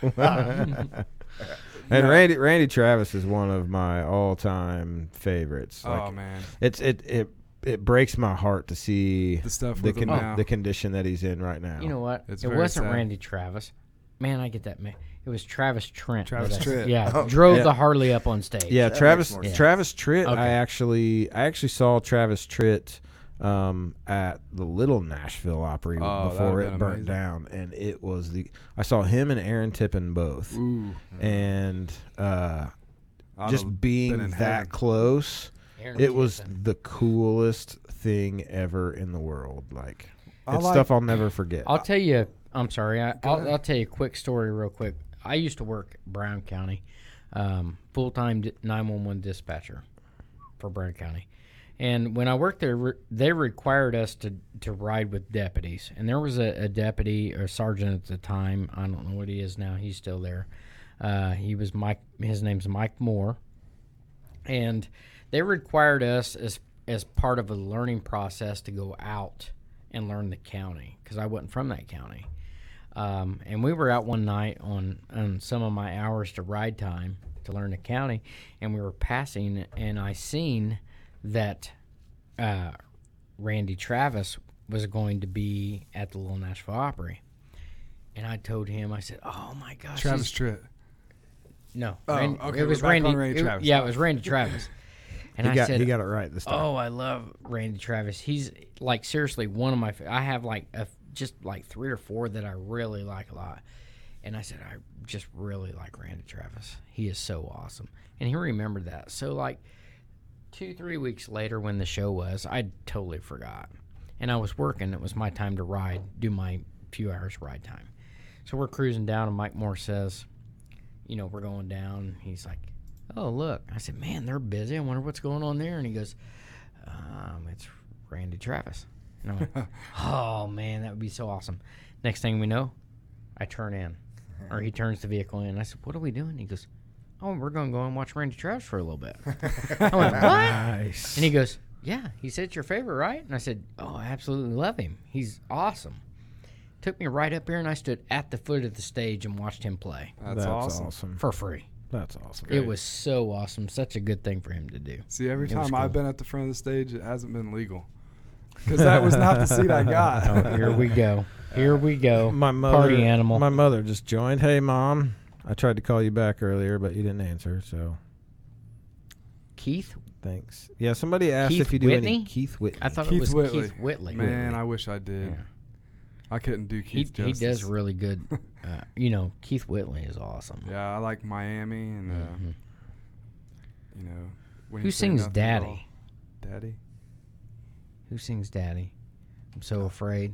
And Randy Randy Travis is one of my all time favorites. Like, oh man, it's it it it breaks my heart to see the stuff the with him con- now. the condition that he's in right now. You know what? It's it very wasn't sad. Randy Travis. Man, I get that man. It was Travis Trent. Travis that I- Tritt. Yeah, drove Yeah. the Harley up on stage. yeah, That Travis makes more sense. Travis Tritt. I Okay. actually I actually saw Travis Tritt um, at the Little Nashville Opry Oh, that before would've it been burnt amazing. down, and it was the I saw him and Aaron Tippin both, Ooh, and uh, I'd have just being been in that heaven. close, Aaron it was Kingston. the coolest thing ever in the world. Like I it's like- stuff I'll never forget. I'll tell you. I'm sorry. I, I'll, I'll tell you a quick story, real quick. I used to work Brown County, um, full time 911 dispatcher for Brown County, and when I worked there, re- they required us to to ride with deputies, and there was a, a deputy or sergeant at the time. I don't know what he is now. He's still there. Uh, he was Mike. His name's Mike Moore and they required us as as part of a learning process to go out and learn the county because I wasn't from that county. Um, and we were out one night on, on some of my hours to ride time to learn the county, and we were passing, and I seen that uh, Randy Travis was going to be at the Little Nashville Opry. And I told him, I said, "Oh my gosh, Travis he's- Tritt. no, Oh, Randy- okay, it we're was back on Randy, Randy it- Travis. Yeah, it was Randy Travis. And he I got said, he got it right this time. "Oh, I love Randy Travis. He's like seriously one of my. fa- I have like a, just like three or four that I really like a lot." And I said, "I just really like Randy Travis. He is so awesome." And he remembered that. So like two three weeks later, when the show was, I totally forgot. And I was working. It was my time to ride, do my few hours ride time. So we're cruising down, and Mike Moore says, you know, we're going down. He's like, oh, look. I said, man, they're busy. I wonder what's going on there. And he goes, um, it's Randy Travis. And I'm like, oh, man, that would be so awesome. Next thing we know, I turn in, or he turns the vehicle in. I said, what are we doing? He goes, oh, we're going to go and watch Randy Travis for a little bit. Oh, I went, what? nice. And he goes, Yeah, he said it's your favorite, right? And I said, Oh, I absolutely love him. He's awesome. Took me right up here and I stood at the foot of the stage and watched him play That's, awesome. for free. That's awesome. It was so awesome. Such a good thing for him to do. See, every It was time I've cool. been at the front of the stage, it hasn't been legal because that was not the seat I got. Oh, Here we go. Here we go. my mother, Party animal. My mother just joined. Hey, mom. I tried to call you back earlier, but you didn't answer. So Keith? thanks. Yeah, somebody asked Keith if you do any Whitney? Keith Whitney. I thought it Keith was Whitley. Keith Whitley. Man, I wish I did. Yeah. I couldn't do he, Keith he justice. does really good. Uh, you know, Keith Whitley is awesome. Yeah, I like Miami and uh, Mhm. you know. When Who you say sings nothing at all. Daddy? Daddy. Who sings Daddy? I'm so afraid.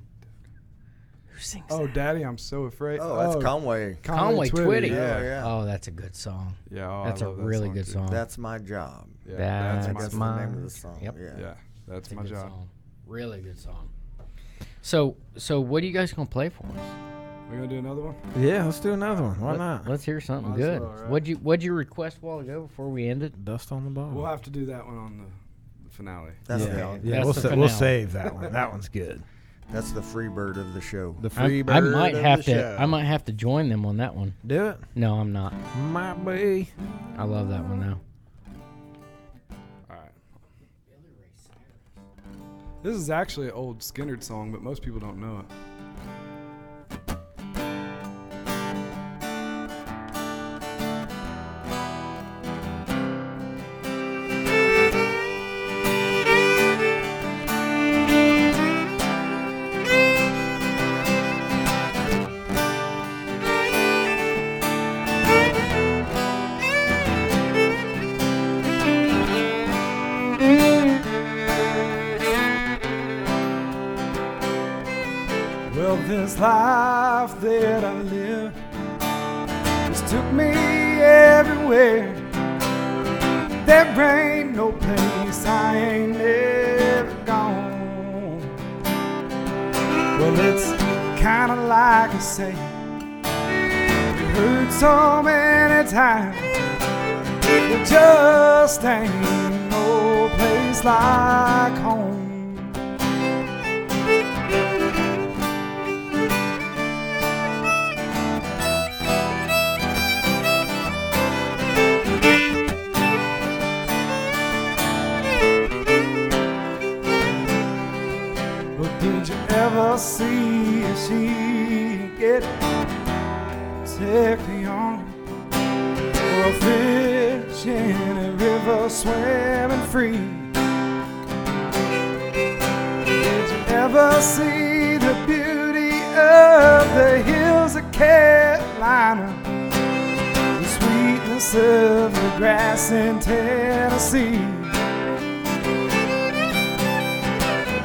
Who sings Oh, that? Daddy, I'm so afraid. oh, that's Conway. Conway Twitty. Yeah, Oh, yeah. Oh, that's a good song. yeah. oh, I That's a love that really song good too. song. That's my job. Yeah, That's I that's think my that's mine. the name of the song. Yep. Yeah. Yeah, that's It's a my good job. song. Really good song. So, so what are you guys gonna play for us? We're gonna do another one. yeah, let's do another one. Why Let- not? Let's hear something Might as good. well, right? What'd you What'd you request a while ago before we ended? Dust on the ball. We'll have to do that one on the, the finale. That's, yeah, the, yeah That's we'll, the sa- we'll finale. save that one. That one's good. that's the free bird of the show. The I, free bird. I might of have the to. show. I might have to join them on that one. do it. No, I'm not. Might be. I love that one though. All right. This is actually an old Skinnerd song, but most people don't know it. Thank you. this life that I live. It's took me everywhere. There ain't no place I ain't never gone. Well, it's kinda like I say, it hurt so many times. There just ain't no place like home. Well, did you ever see a sheep get take the on or a fish in a river swimming free? Did you ever see the beauty of the hills of Carolina? The sweetness of the grass in Tennessee?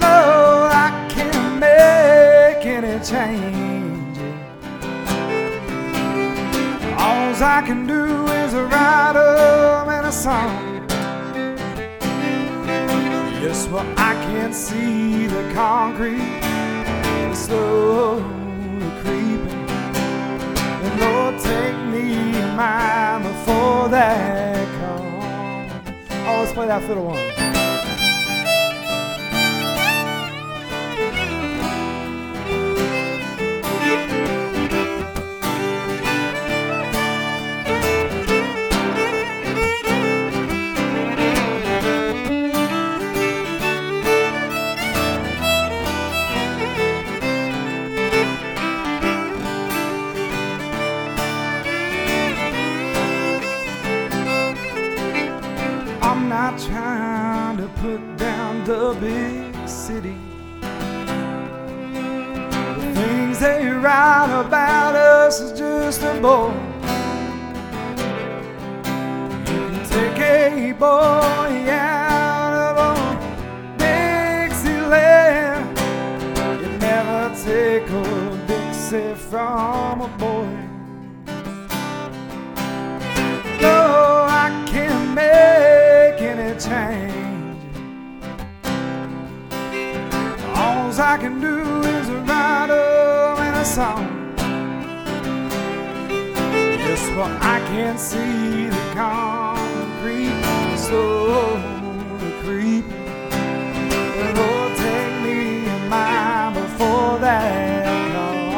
No, I can't make any change. All I can do is write 'em in a song. Yes, well, I can see the concrete is slowly creeping. And Lord, take me in mine before that comes. Oh, let's play that fiddle one. I'm not trying to put down the big city. The things they write about us is just a bore. You can take a boy out of old Dixieland. You never take a Dixie from a boy. No, I can't make any change. All I can do is write 'em in a song. Yes, well, I can see the concrete slowly creep. Lord, take me in mine before that dawn.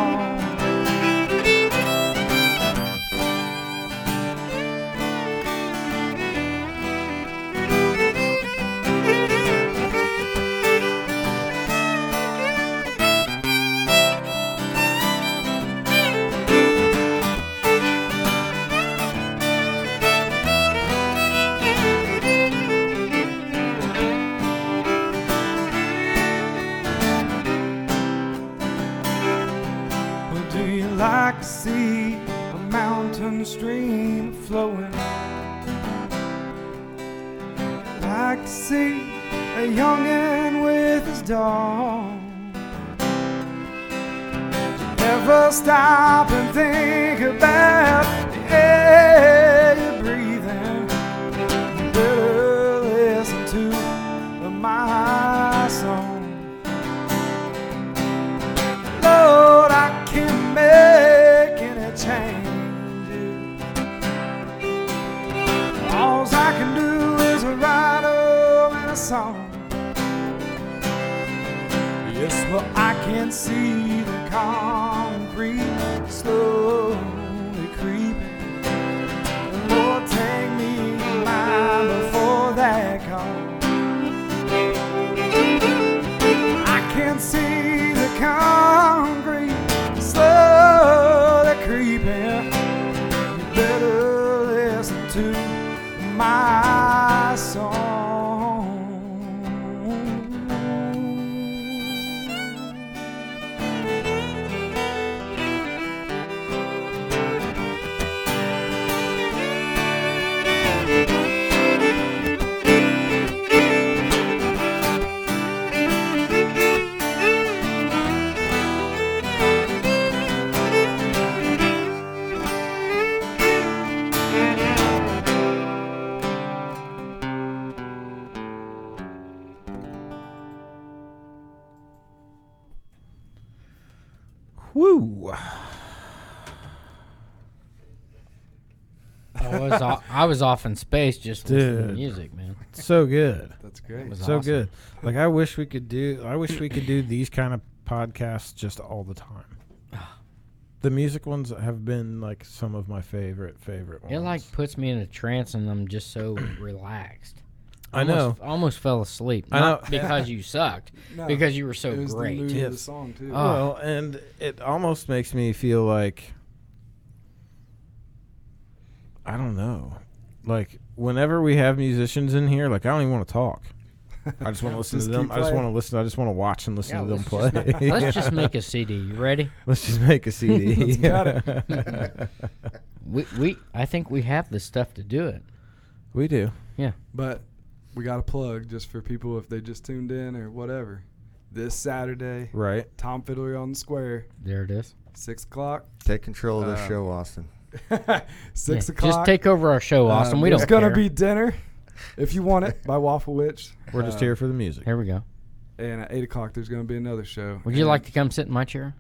Well, do you like to see a mountain stream flowing? Like to see a youngin' with his dog. Never stop and think about the air you're breathing. You better listen to my song. Lord, I can't make any changes. All I can do is write 'em in a song. Yes, well, I can see the concrete slowly creeping. Lord, take me in line before that comes. I can see the concrete slowly creeping. You better listen to my song. Woo. I was off, I was off in space just listening to Dude. music, man. So good. That's great. was So awesome. good. Like I wish we could do I wish we could do these kind of podcasts just all the time. The music ones have been like some of my favorite favorite ones. It like puts me in a trance and I'm just so relaxed. I know. Almost- almost fell asleep. I Not know. because you sucked, No, because you were so it was the mood great. of the Yes. song too. Ah. well, and it almost makes me feel like I don't know. Like whenever we have musicians in here, like I don't even want to talk. I just want to listen Just to them. keep I just playing. want to listen. I just want to watch and listen Yeah, to them let's play. Let's just make a CD. You ready? Let's just make a CD. Let's cut We, we I think we have the stuff to do it. we do. But we got a plug just for people if they just tuned in or whatever. This Saturday, Right. Tom Fiddler on the Square, There it is. six o'clock. Take control of this Uh, show, Austin. six Yeah, o'clock. Just take over our show, Austin. Um, we don't There's gonna care. be dinner, if you want it, by Waffle Witch. We're just Uh, here for the music. Here we go. And at eight o'clock, there's gonna be another show. Would you And- like to come sit in my chair?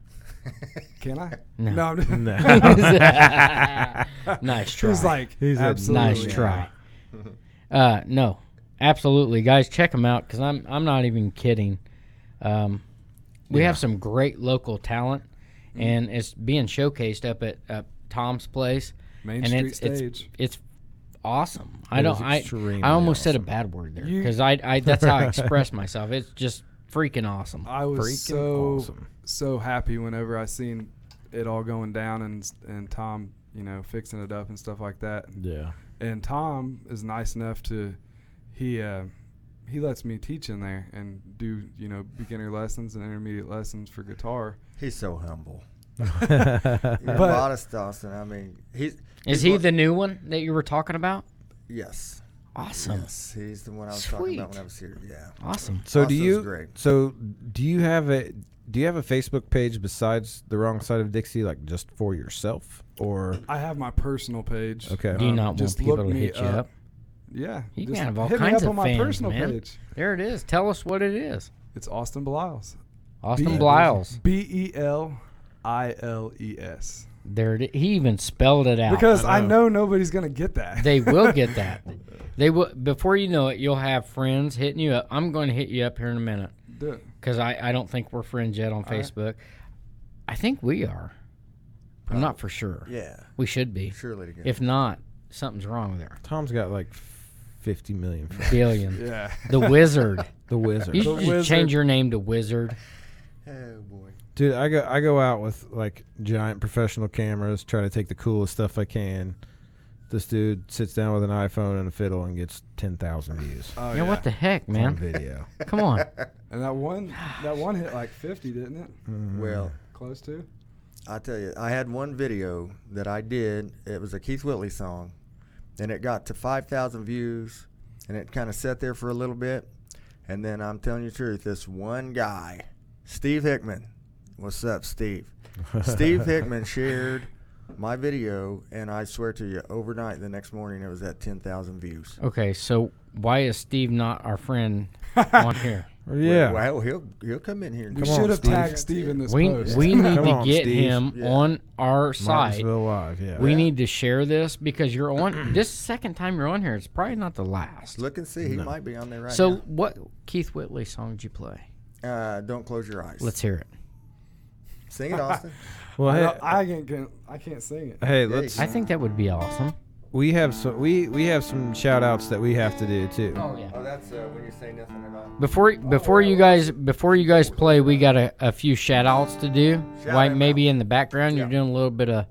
Can I? No. I'm just- No. nice try. He's like, He's a absolutely. nice try. Uh, no, absolutely, guys, check them out because I'm I'm not even kidding. Um, we have some great local talent, and it's being showcased up at up Tom's place, Main and Street it's it's stage. it's awesome. I It don't is I extremely I almost said a awesome. bad word there You- because I I that's how I express myself. It's just freaking awesome. I was Freaking so awesome. so happy whenever I seen it all going down and and Tom, you know, fixing it up and stuff like that. Yeah. and Tom is nice enough to he uh, he lets me teach in there and do you know beginner lessons and intermediate lessons for guitar. He's so humble. You're But- modest, Austin. I mean, he's Is he's he one- the new one that you were talking about? Yes, Awesome, yes. He's the one I was talking Sweet. about when I was here. Yeah. awesome. So do Austin's you? great. So do you have a? Do you have a Facebook page besides the wrong side of Dixie, like just for yourself, or I have my personal page. Okay. uh, Do you Um, not want just people look to me hit you up? Yeah, You just can have all hit me kinds up of on my fans, personal man. page. There it is. Tell us what it is. It's Austin Beliles. Austin B- E Bliles. B E L I L E S. There it is. He even spelled it out. Because I I know. know nobody's gonna get that. they will get that. They will before you know it, you'll have friends hitting you up. I'm going to hit you up here in a minute Do it. because I, I don't think we're friends yet on right. Facebook. I think we are. I'm not for sure. Yeah. We should be. Surely to go. If not, something's wrong there. Tom's got like fifty million? friends. Billion. Yeah. The Wizard. the You wizard, should just Wizard. change your name to Wizard. oh boy. dude. I go I go out with like giant professional cameras, try to take the coolest stuff I can. This dude sits down with an iPhone and a fiddle and gets ten thousand views Oh, yeah, what the heck, on man? video. Come on. And that one, that one hit like fifty, didn't it? Well, Close to. I tell you, I had one video that I did. It was a Keith Whitley song, and it got to 5,000 views, and it kind of sat there for a little bit. And then I'm telling you the truth, this one guy, Steve Hickman, what's up, Steve? Steve Hickman shared my video, and I swear to you, overnight, the next morning, it was at 10,000 views. Okay, so why is Steve not our friend on here? Mm-hmm. yeah, Well, he'll he'll come in here. And We Come on, should have Steve. tagged Steve in this We, post. we need Come to on, get Steve. him Yeah. on our side. Martinsville live. Yeah, We need to share this because you're on this second time you're on here. It's probably not the last. Look and see, he might be on there right so, what Keith Whitley song did you play? now. Uh, don't close your eyes. Let's hear it. sing it, Austin. Well, I, hey, don't- I can't, can't- I can't sing it. hey, let's. I think that would be awesome. We have some. We we have some shout outs that we have to do too. Oh yeah. that's uh, when you say nothing at all. Before before you guys before you guys play, we got a, a few shout outs to do. Shout Why him maybe in the background you're doing a little bit of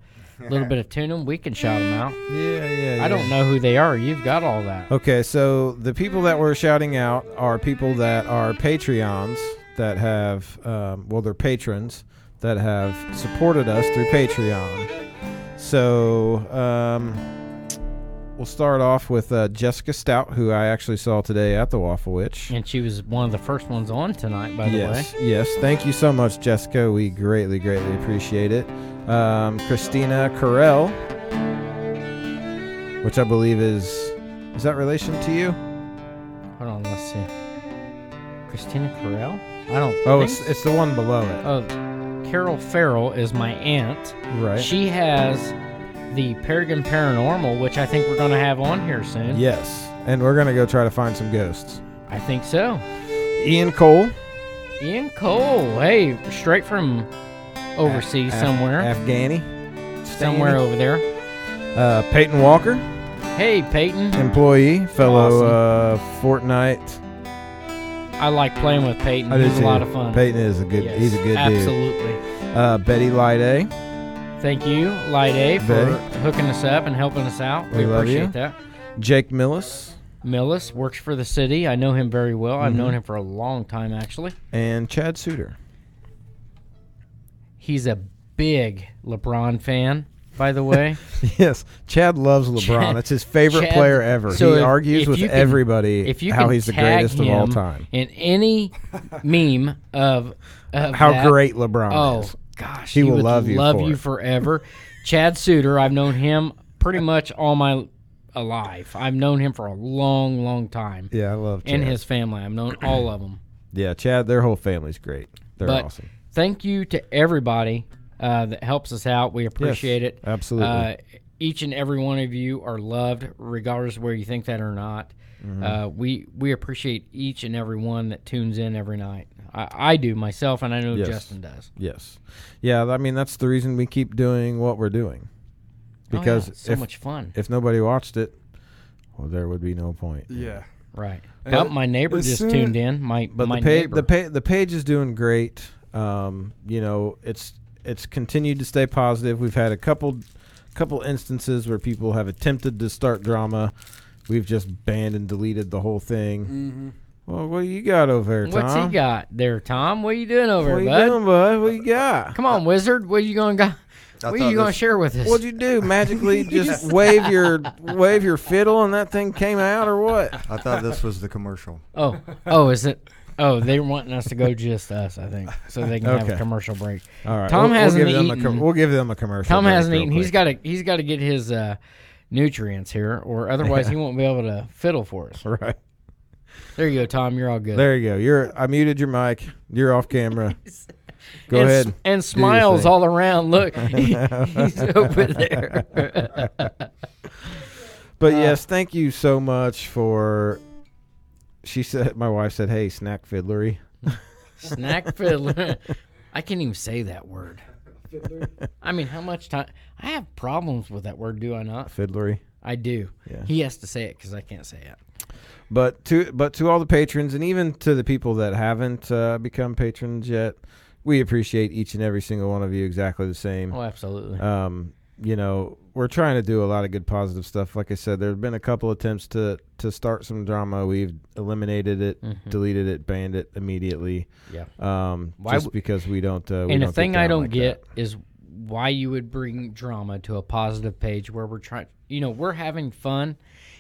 little bit of tuning. We can shout them out. Yeah, yeah. I don't know who they are. You've got all that. Okay, so the people that we're shouting out are people that are Patreons that have, um, well, they're patrons that have supported us through Patreon. So um, we'll start off with uh, Jessica Stout, who I actually saw today at the Waffle Witch. And she was one of the first ones on tonight, by the yes, yes. Thank you so much, Jessica. We greatly, greatly appreciate it. Um, Christina Carell, which I believe is is that relation to you? way. Hold on, let's see. Christina Carell. I don't. Oh, think it's, it's the one below it. Oh, Carol Farrell is my aunt. Right. She has the Peregrine Paranormal, which I think we're going to have on here soon. yes. And we're gonna go try to find some ghosts. I think so. Ian Cole, Ian Cole, hey, straight from overseas Af- somewhere, Afghani, somewhere over there. Uh, Peyton Walker, Hey, Peyton. employee, fellow uh, Fortnite. I like playing with Peyton. I do He's a too. lot of fun. Peyton is a good. Yes, he's a good Absolutely. dude. Uh, Betty Lighty. Thank you, Light A, for Betty. hooking us up and helping us out. We love appreciate you. that. Jake Millis, Millis works for the city. I know him very well. I've Mhm. known him for a long time, actually. and Chad Suter. He's a big LeBron fan, by the way. Yes, Chad loves LeBron. Chad- That's his favorite Chad- player ever. so he if- argues if with you can- everybody if you how can he's the tag greatest of all him time. in any meme of, of How that- great LeBron Oh is. gosh, He will would love you for it. forever. Chad Suter, I've known him pretty much all my alive. I've known him for a long, long time, Yeah, I love Chad. and his family. I've known all of them. yeah, Chad, their whole family's great. They're But- awesome. Thank you to everybody uh, that helps us out. We appreciate it. Absolutely. Uh, each and every one of you are loved, regardless of where you think that or not. Mm-hmm. Uh, we we appreciate each and every one that tunes in every night. I, I do myself, and I know Yes. Justin does. yes. Yeah, I mean that's the reason we keep doing what we're doing. Oh, yeah, Because it's so if much fun, if nobody watched it, well there would be no point. Yeah. right? Uh, But my neighbor as just soon- tuned in. My But my the page neighbor. the page the page is doing great. Um, you know, it's it's continued to stay positive. We've had a couple couple instances where people have attempted to start drama. We've just banned and deleted the whole thing. Mm-hmm. Well, what do you got over there, Tom? What's he got there, Tom? What are you doing over What there, you bud? doing, bud? What you got? Come on, wizard. What are you going to I What are thought you going to this- share with us? What'd you do? Magically just wave your wave your fiddle and that thing came out or what? I thought this was the commercial. Oh, oh, is it? Oh, they're wanting us to go just us, I think, so they can have a Okay. commercial break. All right. Tom we'll, hasn't we'll give Them a eaten. com- we'll give them a commercial. Tom break hasn't real eaten. He's quick. got to he's got to get his uh, nutrients here, or otherwise he won't be able to fiddle for us. right. There you go, Tom. You're all good. There you go. You're I muted your mic. You're off camera. Go and, s- ahead. And smiles thing. all around. Look, he's over there. But Uh. yes, thank you so much for. She said, my wife said, "Hey, snack fiddlery." Snack fiddler. I can't even say that word. I mean, how much time? I have problems with that word. Do I not? Fiddlery. I do. Yeah. He has to say it because I can't say it. But to but to all the patrons and even to the people that haven't uh, become patrons yet, we appreciate each and every single one of you exactly the same. Oh, absolutely. um, you know, we're trying to do a lot of good positive stuff. Like I said, there have been a couple attempts to to start some drama. We've eliminated it, Mm-hmm. deleted it, banned it immediately. Yeah. Um, Why just w- because we don't. Uh, we and don't the thing get I down don't like get is why you would bring drama to a positive page where we're trying, you know, we're having fun,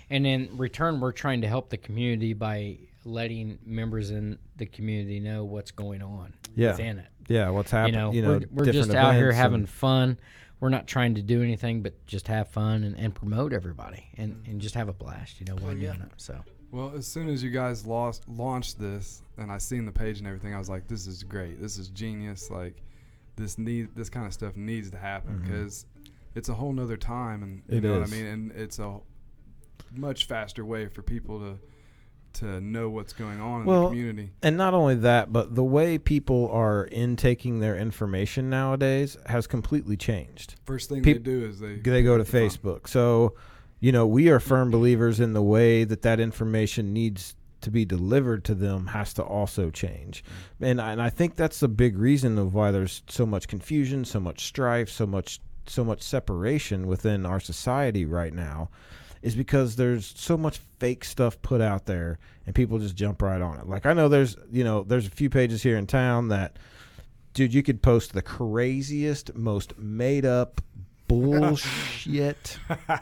and in return, we're trying to help the community by letting members in the community know what's going on Yeah. within it. that. yeah, what's You happening? know, You know, we're, we're different just out here events having and- fun. We're not trying to do anything but just have fun and, and promote everybody and, Mm. and just have a blast, you know, Oh, while doing it. So, Well, as soon as you guys lost, launched this, and I seen the page and everything, I was like, "This is great. This is genius. Like, this need this kind of stuff needs to happen because it's a whole nother time, and Mm-hmm. you It know is. what I mean. And it's a much faster way for people to to know what's going on in Well, the community. And not only that, but the way people are intaking their information nowadays has completely changed. First thing peop- they do is they They go to Fun. Facebook. So, you know, we are firm believers in the way that that information needs to be delivered to them has to also change. And I- and I think that's the big reason of why there's so much confusion, so much strife, so much so much separation within our society right now is because there's so much fake stuff put out there and people just jump right on it. Like I know there's, you know, there's a few pages here in town that dude, you could post the craziest, most made up bullshit.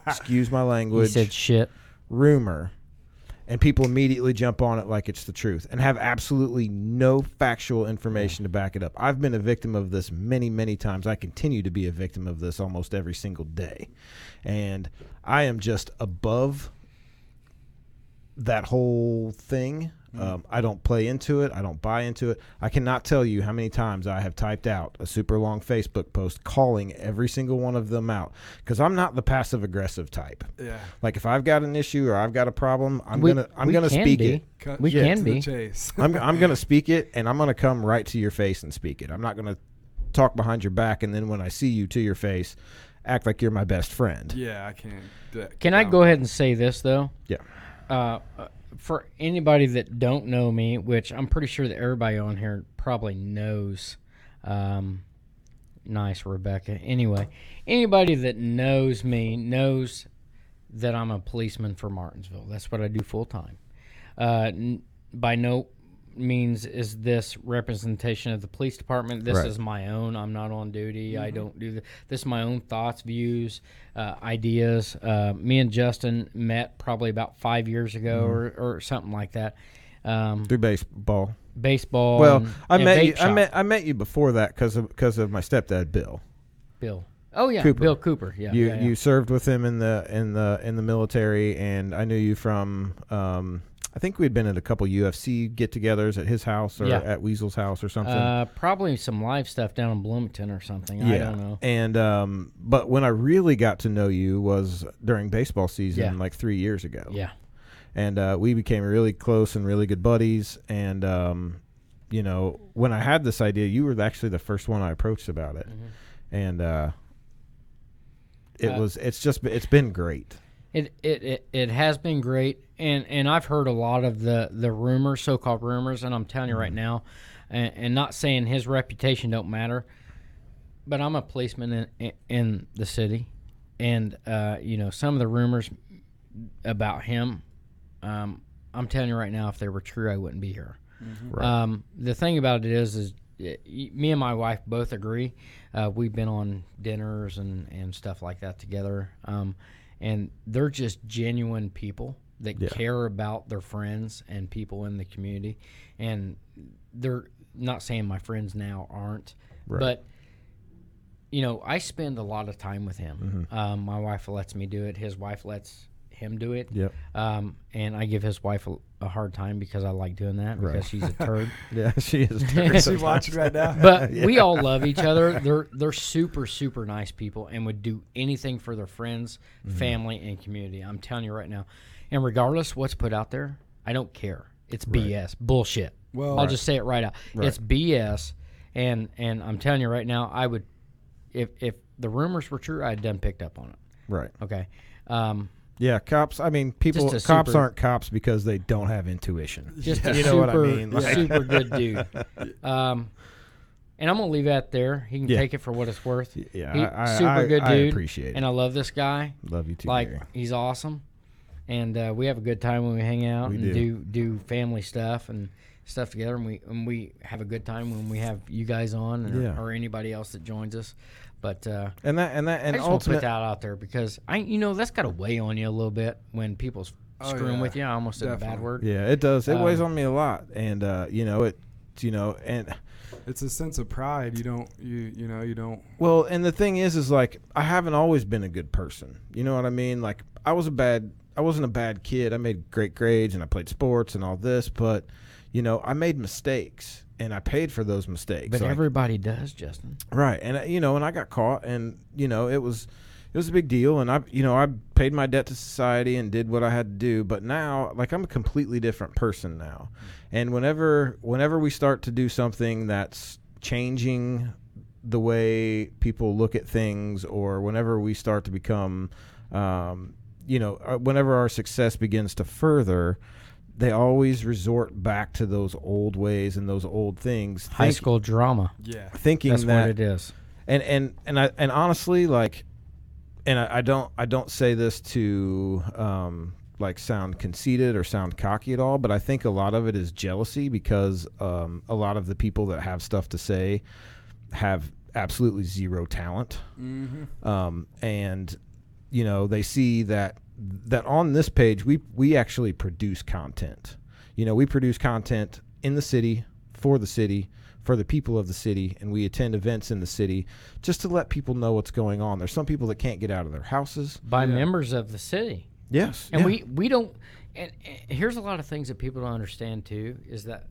excuse my he language. said shit. rumor, and people immediately jump on it like it's the truth and have absolutely no factual information to back it up. I've been a victim of this many, many times. I continue to be a victim of this almost every single day, and I am just above that whole thing. Um, I don't play into it. I don't buy into it. I cannot tell you how many times I have typed out a super long Facebook post calling every single one of them out because I'm not the passive aggressive type. Yeah. Like if I've got an issue or I've got a problem, I'm We- gonna I'm we gonna can speak be. it. Cut We yeah, can to be. The chase. I'm I'm gonna speak it and I'm gonna come right to your face and speak it. I'm not gonna talk behind your back and then when I see you to your face, act like you're my best friend. yeah, I can. not Can I go ahead and say this though? Yeah. Uh, uh, for anybody that don't know me, which I'm pretty sure that everybody on here probably knows. Um, nice, Rebecca. Anyway, anybody that knows me knows that I'm a policeman for Martinsville. That's what I do full time. Uh, n- by no means is this representation of the police department. This Right. is my own. I'm not on duty. I don't do th- this. Is my own thoughts, views, uh, ideas. Uh, me and Justin met probably about five years ago Mm-hmm. or, or something like that. Um, Through baseball. baseball. Well, and- I and met vape you, I shop. met I met you before that because of because of my stepdad Bill. Bill. Oh yeah, Cooper. Bill Cooper. Yeah, You yeah, yeah. you served with him in the in the in the military, and I knew you from. Um, I think we'd been at a couple UFC get-togethers at his house or Yeah. at Weasel's house or something. Uh, probably some live stuff down in Bloomington or something. I don't know. And um, but when I really got to know you was during baseball season, Yeah. like three years ago. Yeah. and uh, we became really close and really good buddies. And um, you know, when I had this idea, you were actually the first one I approached about it, and uh, it Mm-hmm. Uh, was it's just it's been great. It, it, it, it has been great, and, and I've heard a lot of the, the rumors, so called rumors, and I'm telling you right now, and, and not saying his reputation don't matter, but I'm a policeman in, in, in the city, and uh, you know some of the rumors about him, um, I'm telling you right now, if they were true, I wouldn't be here. Right. Um, the thing about it is, is y- y- me and my wife both agree. Uh, we've been on dinners and, and stuff like that together, um, and they're just genuine people that Yeah. care about their friends and people in the community. And they're not saying my friends now aren't, Right. but you know, I spend a lot of time with him. Mm-hmm. Um, my wife lets me do it. His wife lets him do it. Yep. Um, and I give his wife a, a hard time because I like doing that because Right. she's a turd. Yeah, she is. Is she watching right now? But we all love each other. They're they're super super nice people and would do anything for their friends, family, and community. I'm telling you right now. And regardless what's put out there, I don't care. It's BS, bullshit. Well- I'll just say it right out. It's BS, and and I'm telling you right now, I would, if if the rumors were true, I'd done picked up on it. Right. Okay. Um, Yeah, cops. I mean, people. Just a Cops super- aren't cops because they don't have intuition. just a You know super, what I mean, like- super good dude. Um, and I'm gonna leave that there. He can Yeah. take it for what it's worth. yeah, He- I- I- super I- good dude. I appreciate and it. I love this guy. Love you too. like Gary. he's awesome, and uh, we have a good time when we hang out We and do. do. do family stuff and stuff together, and we and we have a good time when we have you guys on or, Yeah. or anybody else that joins us. But uh, and that and that I and just want to put ultimately, that out there because I, you know, that's got to weigh on you a little bit when people's Oh, screwing yeah. with you. I almost said a bad Definitely. word. yeah, it does. It weighs Um, on me a lot, and uh, you know it. You know, and It's a sense of pride. You don't. You you know. You don't. Well, and the thing is, is like I haven't always been a good person. You know what I mean? Like I was a bad, I wasn't a bad kid. I made great grades and I played sports and all this, but you know, I made mistakes and I paid for those mistakes. But Like, everybody does, Justin. right, and uh, you know, and I got caught, and you know, it was, it was a big deal, and I, you know, I paid my debt to society and did what I had to do. But now, like I'm a completely different person now, and whenever, whenever we start to do something that's changing the way people look at things or whenever we start to become um, you know uh, whenever our success begins to further they always resort back to those old ways and those old things High think- school drama. Yeah. thinking That's that what it is. and and and I and honestly, like, and I, I don't I don't say this to um, like sound conceited or sound cocky at all, but I think a lot of it is jealousy because um, a lot of the people that have stuff to say have absolutely zero talent, um, and you know they see that that on this page we we actually produce content. You know, we produce content in the city for the city for the people of the city and we attend events in the city just to let people know what's going on. There's some people that can't get out of their houses. by members of the city. Yes. And yeah. we we don't. And, and here's a lot of things that people don't understand too is that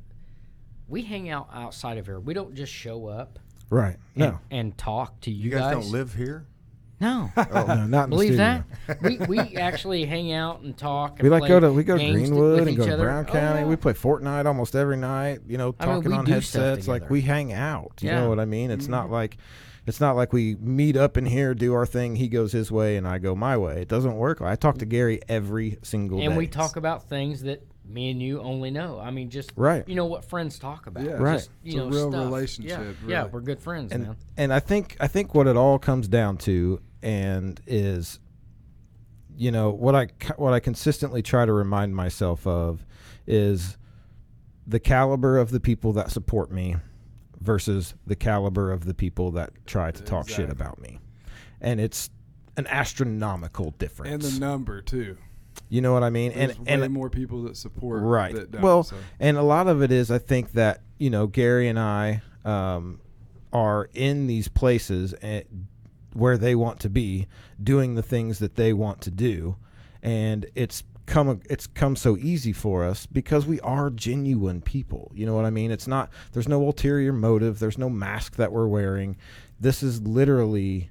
we hang out outside of here. We don't just show up right. and, No. and talk to you, You guys, don't live here? No, Oh, no, not in the believe studio. that. we we actually hang out and talk. And We like play go to we go to games Greenwood with and go each to other. Brown Oh, County. yeah. We play Fortnite almost every night. You know, I mean, talking we on do stuff headsets. Like together. we hang out. You Yeah. Mm-hmm. know what I mean? It's not like it's not like we meet up in here, do our thing. He goes his way and I go my way. It doesn't work. I talk to Gary every single day. and we talk about things that me and you only know. I mean, just Right. You know what friends talk about. Yeah. Right. Just, you It's a know, real stuff. relationship, Yeah, really. yeah, we're good friends, and man. and I think I think what it all comes down to and is you know what I co- what I consistently try to remind myself of is the caliber of the people that support me versus the caliber of the people that try to talk shit Exactly. about me. And it's an astronomical and difference. the number too. you know what I mean? There's and way and more people that support. right That don't, well so. and a lot of it is i think that you know gary and i um, are in these places at, where they want to be doing the things that they want to do and it's come it's come so easy for us because we are genuine people you know what i mean it's not there's no ulterior motive there's no mask that we're wearing this is literally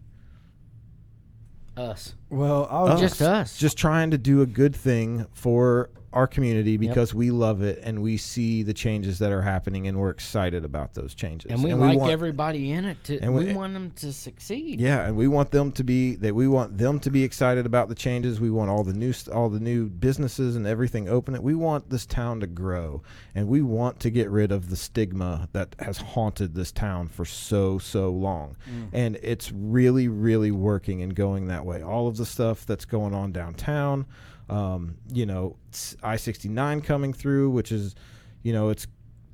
Us. well, I us. Just us. Just trying to do a good thing for our community because we love it and we see the changes that are happening and we're excited about those changes. and we like want, everybody in it to. and we, we- want them to succeed. Yeah, and we want them to be that we want them to be excited about the changes. We want all the new st- all the new businesses and everything open. It. We want this town to grow and we want to get rid of the stigma that has haunted this town for so so long. And it's really really working and going that way. All of the stuff that's going on downtown, um, you know, I sixty nine coming through, which is, you know, it's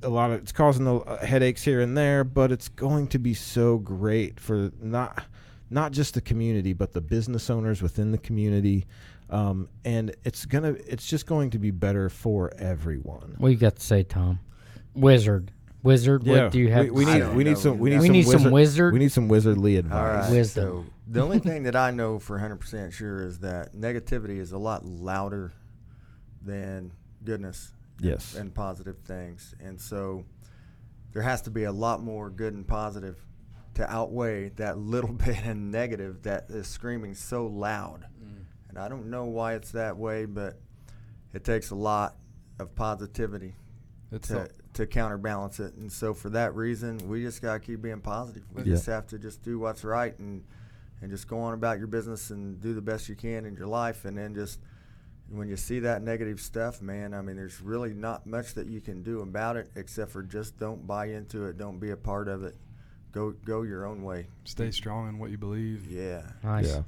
a lot of it's causing the uh, headaches here and there, but it's going to be so great for not not just the community, but the business owners within the community, um, and it's gonna it's just going to be better for everyone. What you got to say, Tom? Wizard. Wizard. yeah, what do you have? we, we to need say? we know. need some we need We some need some wizard, wizard. we need some wizardly All advice. right. Wisdom. So the only thing that I know for 100% sure is that negativity is a lot louder than goodness Yes, and positive things. And so there has to be a lot more good and positive to outweigh that little bit and negative that is screaming so loud. Mm. And I don't know why it's that way, but it takes a lot of positivity it's to, not- to counterbalance it. And so for that reason, we just got to keep being positive. We Yeah. just have to just do what's right and and just go on about your business and do the best you can in your life. And then just when you see that negative stuff, man, I mean, there's really not much that you can do about it except for just don't buy into it. Don't be a part of it. Go go your own way. stay strong in what you believe. Yeah. Nice. yeah.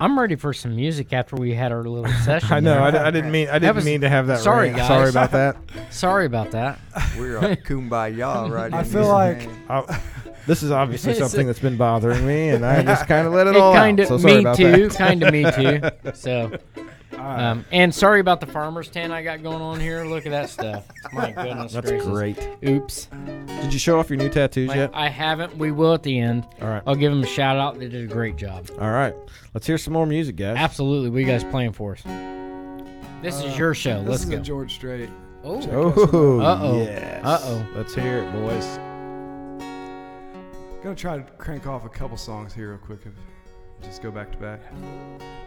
I'm ready for some music after we had our little session. I know. there. I, d- I didn't mean I didn't was- mean to have that. sorry, rant. guys. Sorry about that. Sorry about that. We're a kumbaya right I in feel here, like- man. I'll- Uh, this is obviously It's a- something that's been bothering me, and I just kind of let it, all kind out. of So sorry me about too. that. Kind of me too. So, um, and sorry about the farmers tent I got going on here. Look at that stuff. My goodness That's gracious. great. Oops. Did you show off your new tattoos Like, yet? I haven't. We will at the end. All right. I'll give them a shout out. They did a great job. All right. Let's hear some more music, guys. Absolutely. What you guys playing for us? This Uh, is your show. This Let's is go. a George Strait. Oh. Check us out. Oh, Uh-oh. yes. Uh-oh. Let's hear it, boys. Gonna try to crank off a couple songs here real quick. If, just go back to back.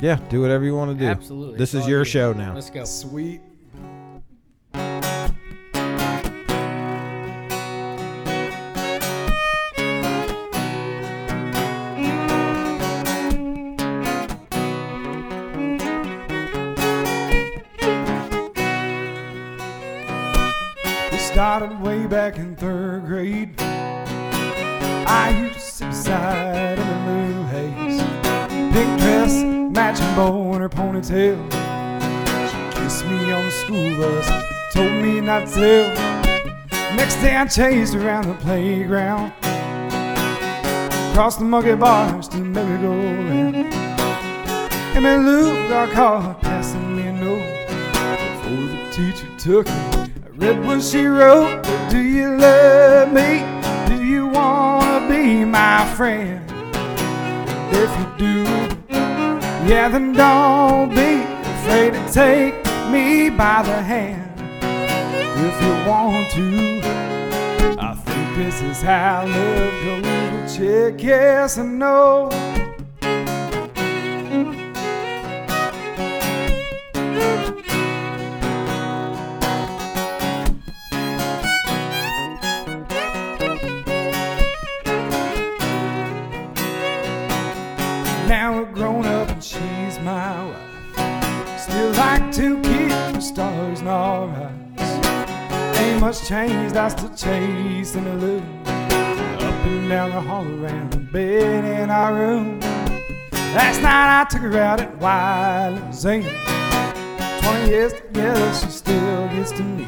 Yeah, do whatever you want to do. Absolutely. This is It's all your you. show now. Let's go. Sweet. We started way back in third grade. I used to sit beside him in Lou Hayes. Pink dress, matching bow and her ponytail. She kissed me on the school bus, told me not to tell. Next day I chased her around the playground. Across the monkey bars to the merry-go-round. Him and Lou got caught passing me a note. Before the teacher took me, I read what she wrote. Do you love me? Do you wanna be my friend? If you do, yeah, then don't be afraid to take me by the hand. If you want to, I think this is how love goes. Check yes and no. Now we're grown up and she's my wife. Still like two kitten stars in our eyes. Ain't much changed, I still chase and elude. Up and down the hall around the bed in our room. Last night I took her out at Wild Zane. Twenty years together, she still gets to me.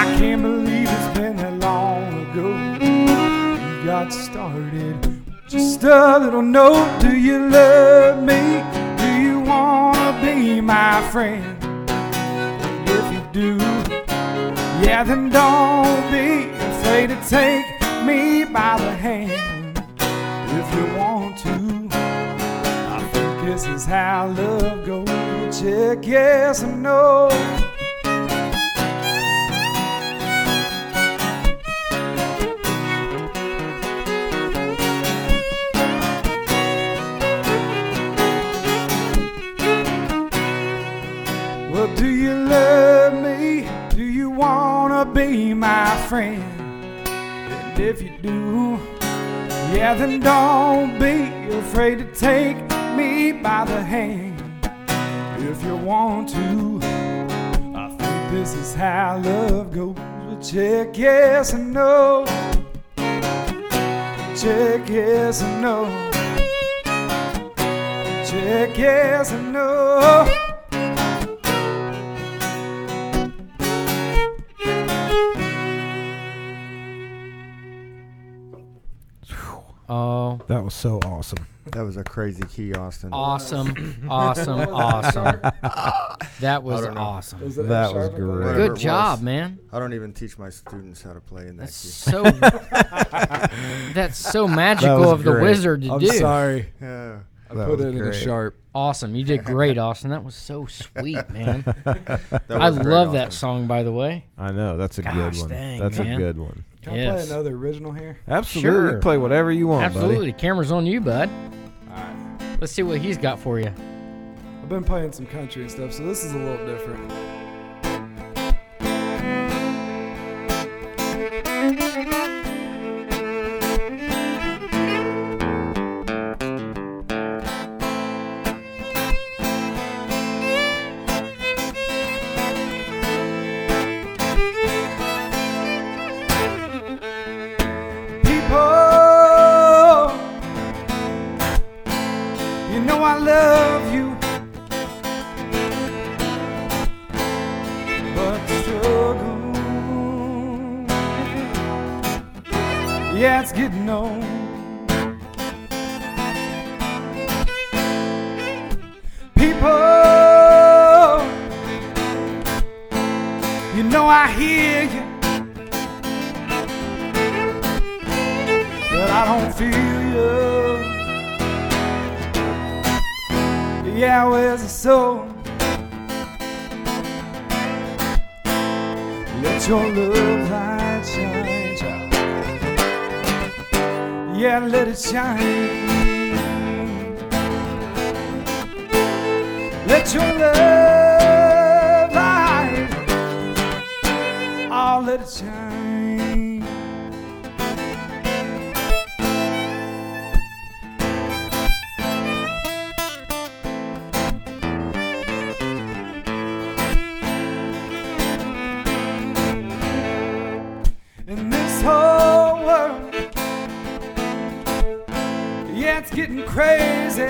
I can't believe it's been that long ago we got started. Just a little note. Do you love me? Do you wanna be my friend? If you do, yeah, then don't be afraid to take me by the hand. If you want to, I think this is how love goes. Check yes and no. Well, do you love me? Do you wanna be my friend? And if you do, yeah, then don't be afraid to take me by the hand. If you want to, I think this is how love goes. We'll check yes and no. Check yes and no. Check yes and no. Oh, That was so awesome. That was a crazy key, Austin. awesome, awesome, awesome. That was awesome. That was great. Whatever Good it job, was. man. I don't even teach my students how to play in that That's key. so. that's so magical was of the great. wizard to I'm do. sorry. Yeah. I That put was it in a great. sharp. Awesome, you did great, Austin. That was so sweet, man. That I was very love that awesome. song, by the way. I know. That's a good Gosh one. dang, that's a man. good one. Can I Yes. play another original here? Absolutely. Sure. Play whatever you want, Absolutely, camera's on you, bud. All right. Let's see what he's got for you. I've been playing some country and stuff, so this is a little different. people. You know I love you, but the struggle, yeah, it's getting on. People, you know I hear you. but I don't feel you. Yeah, where's the soul? Let your love light shine, child. Yeah, let it shine. Let your love light, oh, let it shine. in this whole world. Yeah, it's getting crazy.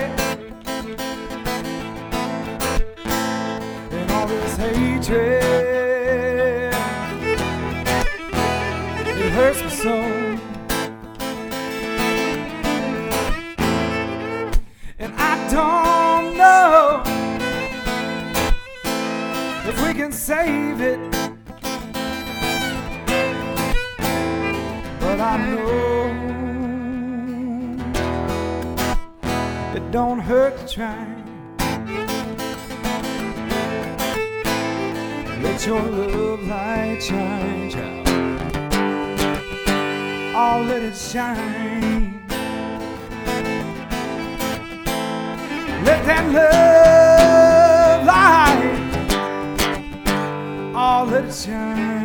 And all this hatred, it hurts me so. And I don't know if we can save it. But I know it don't hurt to try. Let your love light shine, child. Oh, let it shine. Let that love light. Oh, let it shine.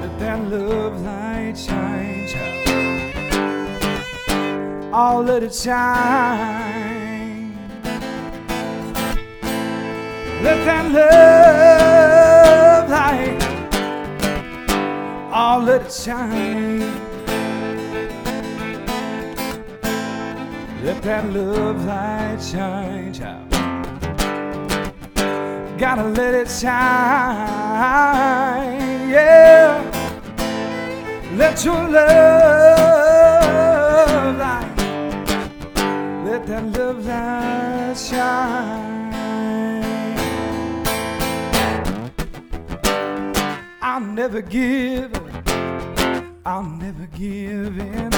Let that love light shine, child. Oh, let it shine. Let that love light. Oh, let it shine. Let that love light shine, child. Gotta let it shine, yeah. Let your love light, let that love light shine. I'll never give, I'll never give in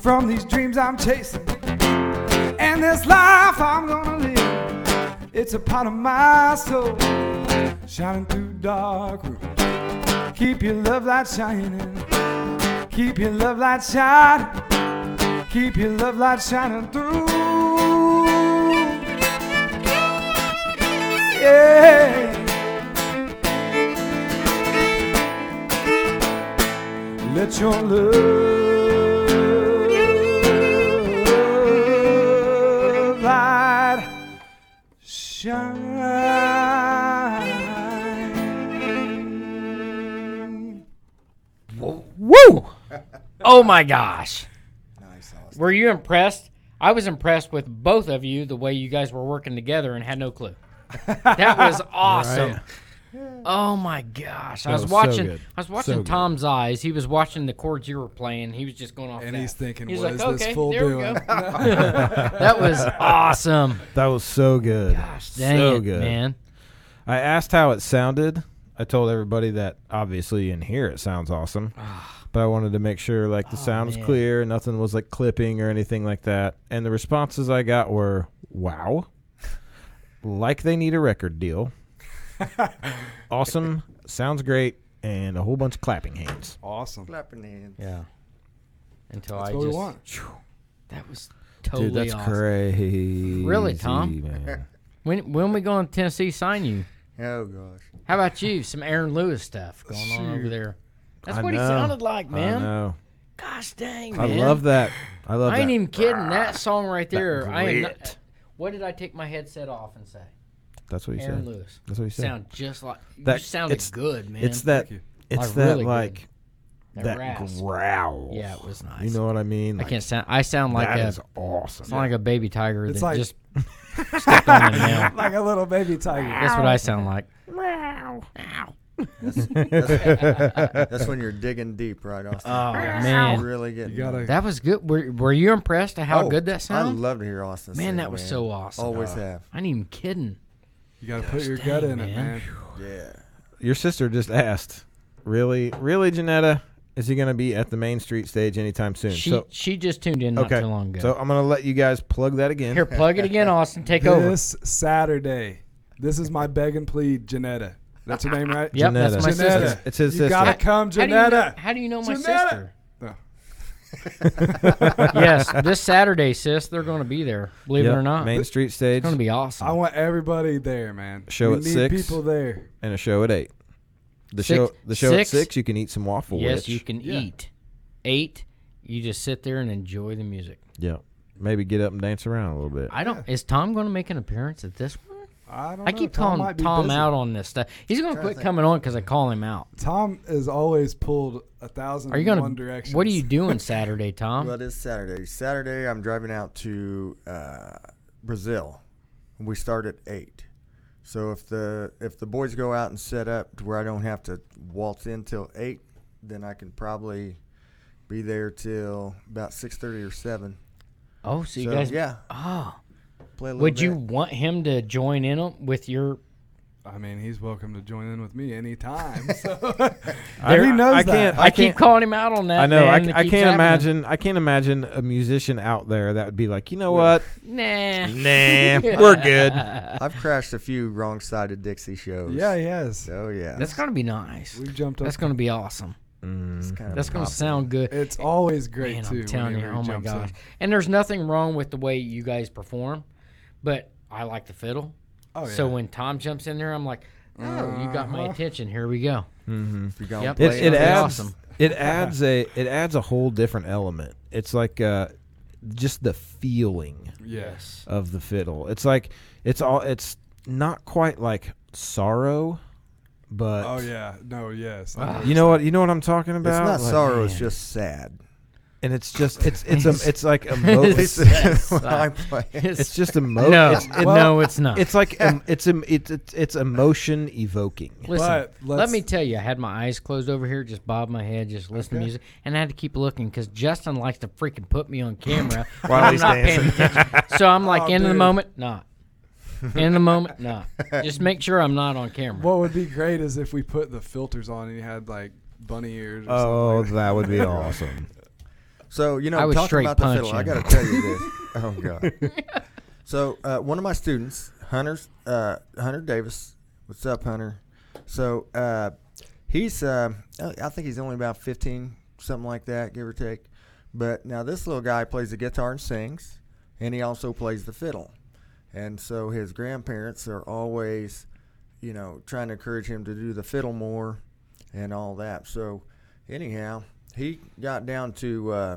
from these dreams I'm chasing and this life I'm gonna live. It's a part of my soul shining through dark rooms. Keep your love light shining. Keep your love light shining. Keep your love light shining through. Yeah. Let your love light shine. Woo! Oh my gosh. Nice, Austin. Were you impressed? I was impressed with both of you the way you guys were working together and had no clue. That was awesome. Oh my gosh. I That was, was so watching good. I was So watching good. Tom's eyes. He was watching the chords you were playing. He was just going off And that. he's thinking, He was what like, is "Okay, this fool there we doing? go. That was awesome. That was so good. Gosh, dang so it, good. man. I asked how it sounded. I told everybody that obviously in here it sounds awesome, but I wanted to make sure like the sound was Ah. Oh, man. clear, nothing was like clipping or anything like that. And the responses I got were, "Wow," like they need a record deal. awesome, sounds great, and a whole bunch of clapping hands. Awesome. Clapping hands. Yeah, Until That's I what just we want. that was totally dude, that's awesome. crazy. Really, Tom? Uh, man. When when we going to Tennessee sign you? Oh gosh. How about you? Some Aaron Lewis stuff going on over there. That's I what he know. sounded like, I man. know. Gosh dang, I man. love that. I love I ain't that. Ah, even kidding. That song right there. I am not, uh, grit. What did I take my headset off and say? That's what he Aaron said. Lewis. That's what he said. Sound just like That- you sounded it's- good, man. It's that. Thank you. It's Like, that really good. like That that rasp. growl. Yeah, it was nice. You know what I mean? I Like, can't sound. I sound like that a. is awesome. sound like a baby tiger that like- just stepped on the nail. Like a little baby tiger. That's what I sound like. That's when you're digging deep, right, Austin? Oh You're man, really getting. You gotta that was good. Were, were you impressed at how Oh, good that sounded? I love to hear Austin. Man, sing, that was so awesome. Uh, Always have. I ain't even kidding. you gotta put your gut in it, man. man. Yeah. Your sister just asked, "Really, really, Janetta, is he going to be at the Main Street stage anytime soon?" She so she just tuned in not okay, too long ago. so I'm going to let you guys plug that again. Here, plug it again, Austin. Take over. This- This Saturday, this is my beg and plead, Janetta. That's her name, right? Yep, that's Janetta. my Janetta. sister. It's his you sister. gotta come, How do, you know, Janetta. how do you know my Janetta! sister? No. yes, this Saturday, sis, they're going to be there. Believe Yep, it or not, Main Street stage it's going to be I awesome. want everybody there, man. Show we at need six. People there. and a show at eight. The Six- show, the show six? at six. You can eat some waffle. Yes, witch. you can Yeah. eat. Eight, you just sit there and enjoy the music. Yeah, maybe get up and dance around a little bit. I don't. Is Tom going to make an appearance at this one? I don't. I know. keep Tom calling might be Tom busy. out on this stuff. He's gonna Trying to quit think. coming on because I call him out. Tom is always pulled a thousand. Are you gonna? One directions. What are you doing Saturday, Tom? Well, it is Saturday. Saturday, I'm driving out to uh, Brazil. We start at eight. So if the if the boys go out and set up to where I don't have to waltz in till eight, then I can probably be there till about six thirty or seven. oh, so you so guys? yeah, Oh, play a little would you bit. want him to join in on- with your? I mean, he's welcome to join in with me anytime. So I, He knows I that. can't. I, I, keep can't. calling him out on that. I know. I, man. c- It I keeps can't happening. imagine. I can't imagine a musician out there that would be like, you know what? Nah. nah, we're good. I've crashed a few wrong-sided Dixie shows. yeah, he has. So yeah, That's gonna be nice. We've jumped up. That's gonna be awesome. it's kind of That's gonna impossible. sound good. it's always great Man, too. I'm telling you, oh whenever he my jumps in. gosh! And there's nothing wrong with the way you guys perform, but I like the fiddle. Oh, So yeah. Uh-huh. when Tom jumps in there, I'm like, oh, you got my attention. Here we go. If you're gonna Yep. play it, it That'd be adds awesome. it adds a it adds a whole different element. It's like uh, just the feeling yes, of the fiddle. It's like it's all it's not quite like sorrow, but Oh yeah, no, yes. I know what you know what you know what I'm talking It's about. not Like- sorrow. It's just sad. and it's just it's it's a, it's like emo- It's- it's, when I play. it's just emo- no, it's, it- no, it's not. it's like em, it's em, it's it's it's emotion evoking. Listen, But let let's- me tell you, I had my eyes closed over here, just bob my head, just listen to music, and I had to keep looking because Justin likes to freaking put me on camera while I'm he's not paying attention. So I'm like, Oh, in the dude. moment, not. In the moment, not. Just make sure I'm not on camera. What would be great is if we put the filters on and you had like bunny ears. Or Oh, that would be awesome. So you know, I would talking straight about the punch fiddle, I him. got to tell you this. oh god. So uh, one of my students, Hunter's uh, Hunter Davis. What's up, Hunter? So uh, he's, uh, I think he's only about 15, something like that, give or take. But now this little guy plays the guitar and sings, and he also plays the fiddle. And so his grandparents are always, you know, trying to encourage him to do the fiddle more and all that. So, anyhow, he got down to uh,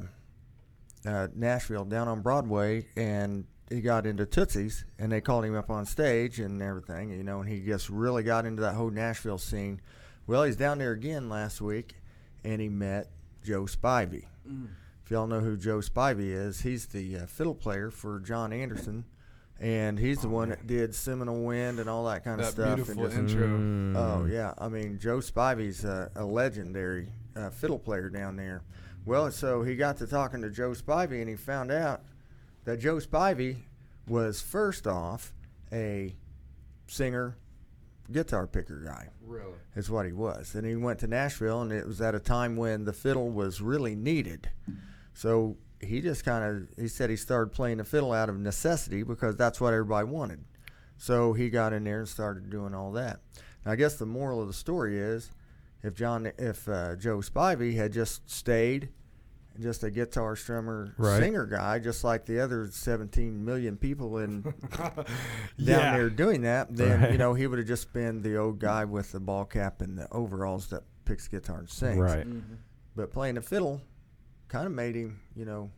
uh, Nashville, down on Broadway, and he got into Tootsie's, and they called him up on stage and everything, you know, and he just really got into that whole Nashville scene. Well, he's down there again last week, and he met Joe Spivey. Mm. If y'all know who Joe Spivey is, he's the uh, fiddle player for John Anderson, and he's the one that did Seminole Wind and all that kind of Oh, That stuff. and beautiful just- intro. Oh yeah, I mean Joe Spivey's a, a legendary uh, fiddle player down there. Well, so he got to talking to Joe Spivey, and he found out that Joe Spivey was first off a singer, guitar picker guy Really? is what he was. And he went to Nashville, and it was at a time when the fiddle was really needed. So he just kind of he said he started playing the fiddle out of necessity because that's what everybody wanted. So he got in there and started doing all that. And I guess the moral of the story is, if John, if uh, Joe Spivey had just stayed, just a guitar strummer Right. singer guy, just like the other 17 million people in down Yeah. there doing that, then Right. you know he would have just been the old guy with the ball cap and the overalls that picks guitar and sings. Right. But playing the fiddle kind of made him, you know,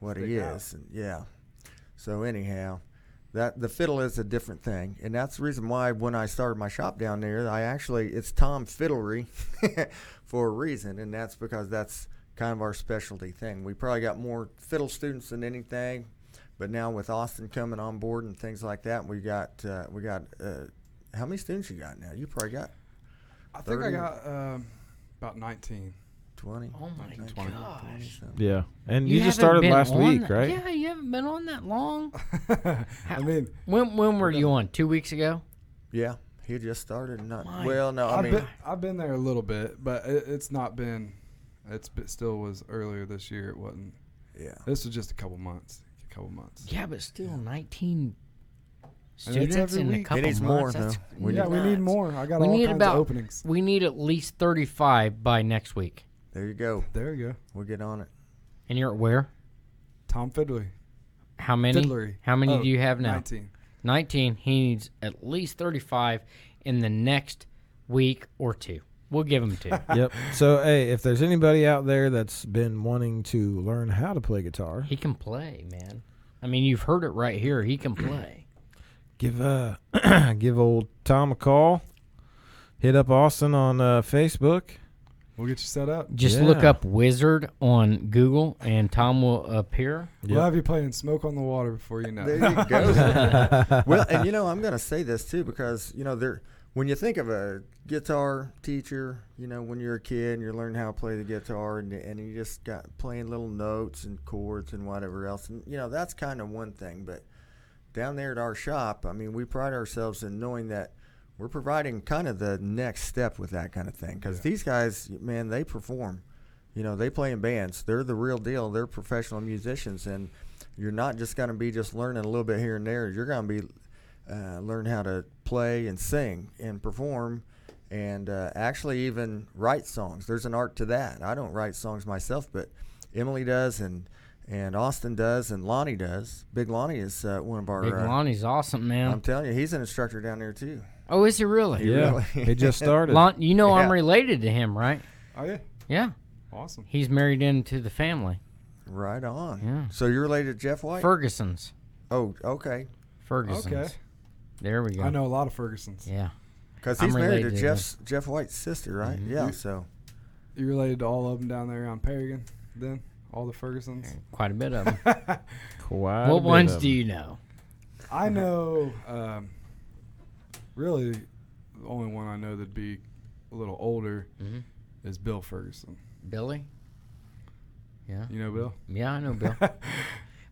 what he Stick out. is. And yeah. So anyhow, that the fiddle is a different thing, and that's the reason why when I started my shop down there, I actually it's Tom Fiddlery for a reason, and that's because that's kind of our specialty thing. We probably got more fiddle students than anything, but now with Austin coming on board and things like that, we got uh, we got uh, how many students you got now? You probably got I think I 30. got um, about 19. twenty. Oh my 19, gosh. 20, something. Yeah. And you, just haven't started been last on week, that- right? Yeah, you haven't been on that long. I mean, When when were you on? Two weeks ago. Yeah, he just started. Not My well. No, I I've mean been, I've been there a little bit, but it, it's not been. It's it still was earlier this year. It wasn't. yeah. This was just a couple months. A couple months. Yeah, but still 19 And it's students every in a week. couple needs more, months. That's though. We yeah, we need nuts. more. I got We all need kinds about of openings. We need at least 35 by next week. There you go. There you go. We'll get on it. And you're at where? Tom Fiddlery. How many? Fiddlery. How many Oh, do you have now? 19. 19. He needs at least 35 in the next week or two. We'll give him two. yep. So hey, if there's anybody out there that's been wanting to learn how to play guitar, he can play, man. I mean, you've heard it right here. He can play. give uh give old Tom a call. Hit up Austin on uh, Facebook. We'll get you set up. Just look Yeah. up wizard on Google, and Tom will appear. Yep. We'll have you playing Smoke on the Water before you know. There it. you go. well, and you know, I'm going to say this too because you know, there when you think of a guitar teacher, you know, when you're a kid and you're learning how to play the guitar and and you just got playing little notes and chords and whatever else, and you know, that's kind of one thing, but down there at our shop, I mean, we pride ourselves in knowing that we're providing kind of the next step with that kind of thing because these guys, man, they perform. You know, they play in bands. They're the real deal. They're professional musicians, and you're not just going to be just learning a little bit here and there. You're going to be uh, learn how to play and sing and perform, and uh, actually even write songs. There's an art to that. I don't write songs myself, but Emily does, and and Austin does, and Lonnie does. Big Lonnie is uh, one of our. Big uh, Lonnie's awesome, man. I'm telling you, he's an instructor down there too. oh, is he really? Yeah, really- he just started. Lon, you know I'm Yeah. related to him, right? Oh yeah, Yeah, awesome. he's married into the family. Right on. Yeah. So you're related to Jeff White? Ferguson's. oh, okay. Ferguson's. Okay, There we go. I know a lot of Fergusons. Yeah. Because I'm he's married to related to Jeff's Jeff White's sister, right? Yeah. So You related to all of them down there around Paragon? Then all the Fergusons. Quite a bit of them. Quite a what bit ones of do them. you know? I know. Um, really, the only one I know that'd be a little older Mhm. is Bill Ferguson. Billy? Yeah. You know Bill, Yeah, I know Bill.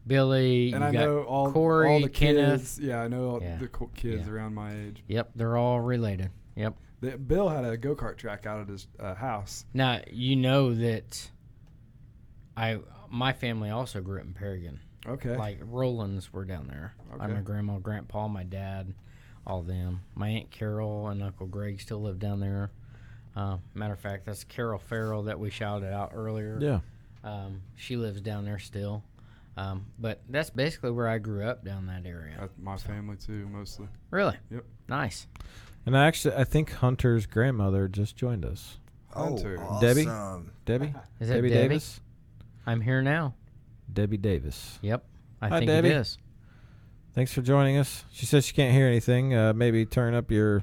Billy. and you I got know all Corey, all the Kenneth. kids. Yeah, I know all Yeah. the co- kids Yeah. around my age. Yep, they're all related. Yep. The, Bill had a go kart track out at his uh, house. Now you know that I my family also grew up in Paragon. Okay, Like Roland's were down there. Like my Okay. grandma, grandpa, my dad, all of them. My aunt Carol and Uncle Greg still live down there. Uh, matter of fact, that's Carol Farrell that we shouted out earlier. Yeah. Um, she lives down there still. Um, but that's basically where I grew up down that area. That's Uh, my family too, mostly. really? Yep. Nice. And I actually, I think Hunter's grandmother just joined us. Hunter. Oh, Debbie? awesome. Debbie. Is that Debbie Debbie? Davis. I'm here now. Debbie Davis. Yep. I Hi, think Debbie. it is. Thanks for joining us. She says she can't hear anything. Uh, maybe turn up your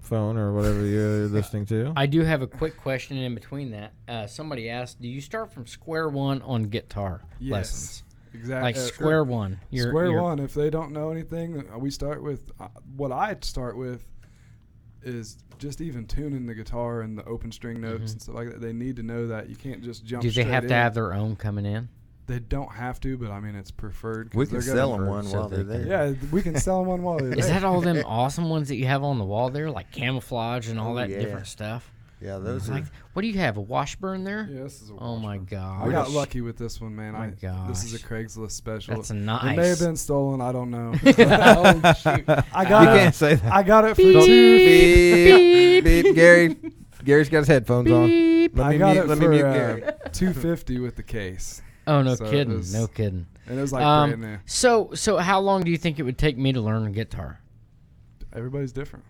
phone or whatever you're listening to. I do have a quick question in between that. Uh, somebody asked, "Do you start from square one on guitar Yes. lessons? Exactly. Like square one? Your- uh, Square your- one. If they don't know anything, uh, we start with uh, what I start with is just even tuning the guitar and the open string notes and stuff like that. They need to know that you can't just jump. Do Mm-hmm. they straight have in. to have their own coming in? They don't have to, but I mean it's preferred. 'cause We can they're sell gonna- them one so while they they're there. can- Yeah, we can sell them one while they're Is there. that all them awesome ones that you have on the wall there, like camouflage and all Oh, that yeah. different stuff? Yeah, those Like, are. what do you have? A Washburn there? Yeah, this is a Oh my Washburn. god! I got lucky with this one, man. My I this is a gosh. Craigslist special. That's It may nice. have been stolen. I don't know. oh shoot! I you got can't it. say that. I got it for Beep. two. beep, beep. Gary, Gary's got his headphones on. Beep. Let me I got mute, it let for me mute Gary. uh, two fifty with the case, Oh no, So it kidding! was- no kidding. and it was like Um, brand new. So, so how long do you think it would take me to learn guitar? Everybody's different.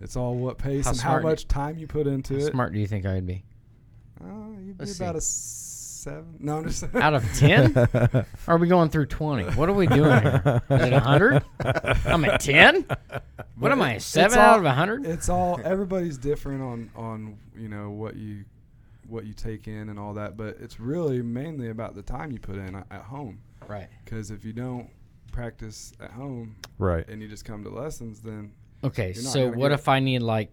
It's all what pace How and how smart you- much time you put into How it. smart do you think I would be? Oh, you'd be Let's about see. a seven. No, I'm just. Out of ten? Are we going through 20? What are we doing here? Is it 100? I'm at 10? What am I, a 7 all- out of 100? it's all everybody's different on on you know what you what you take in and all that, but it's really mainly about the time you put in a- at home. Right. Because if you don't practice at home Right. and you just come to lessons, then Okay, You're not so gonna what get if I need, like,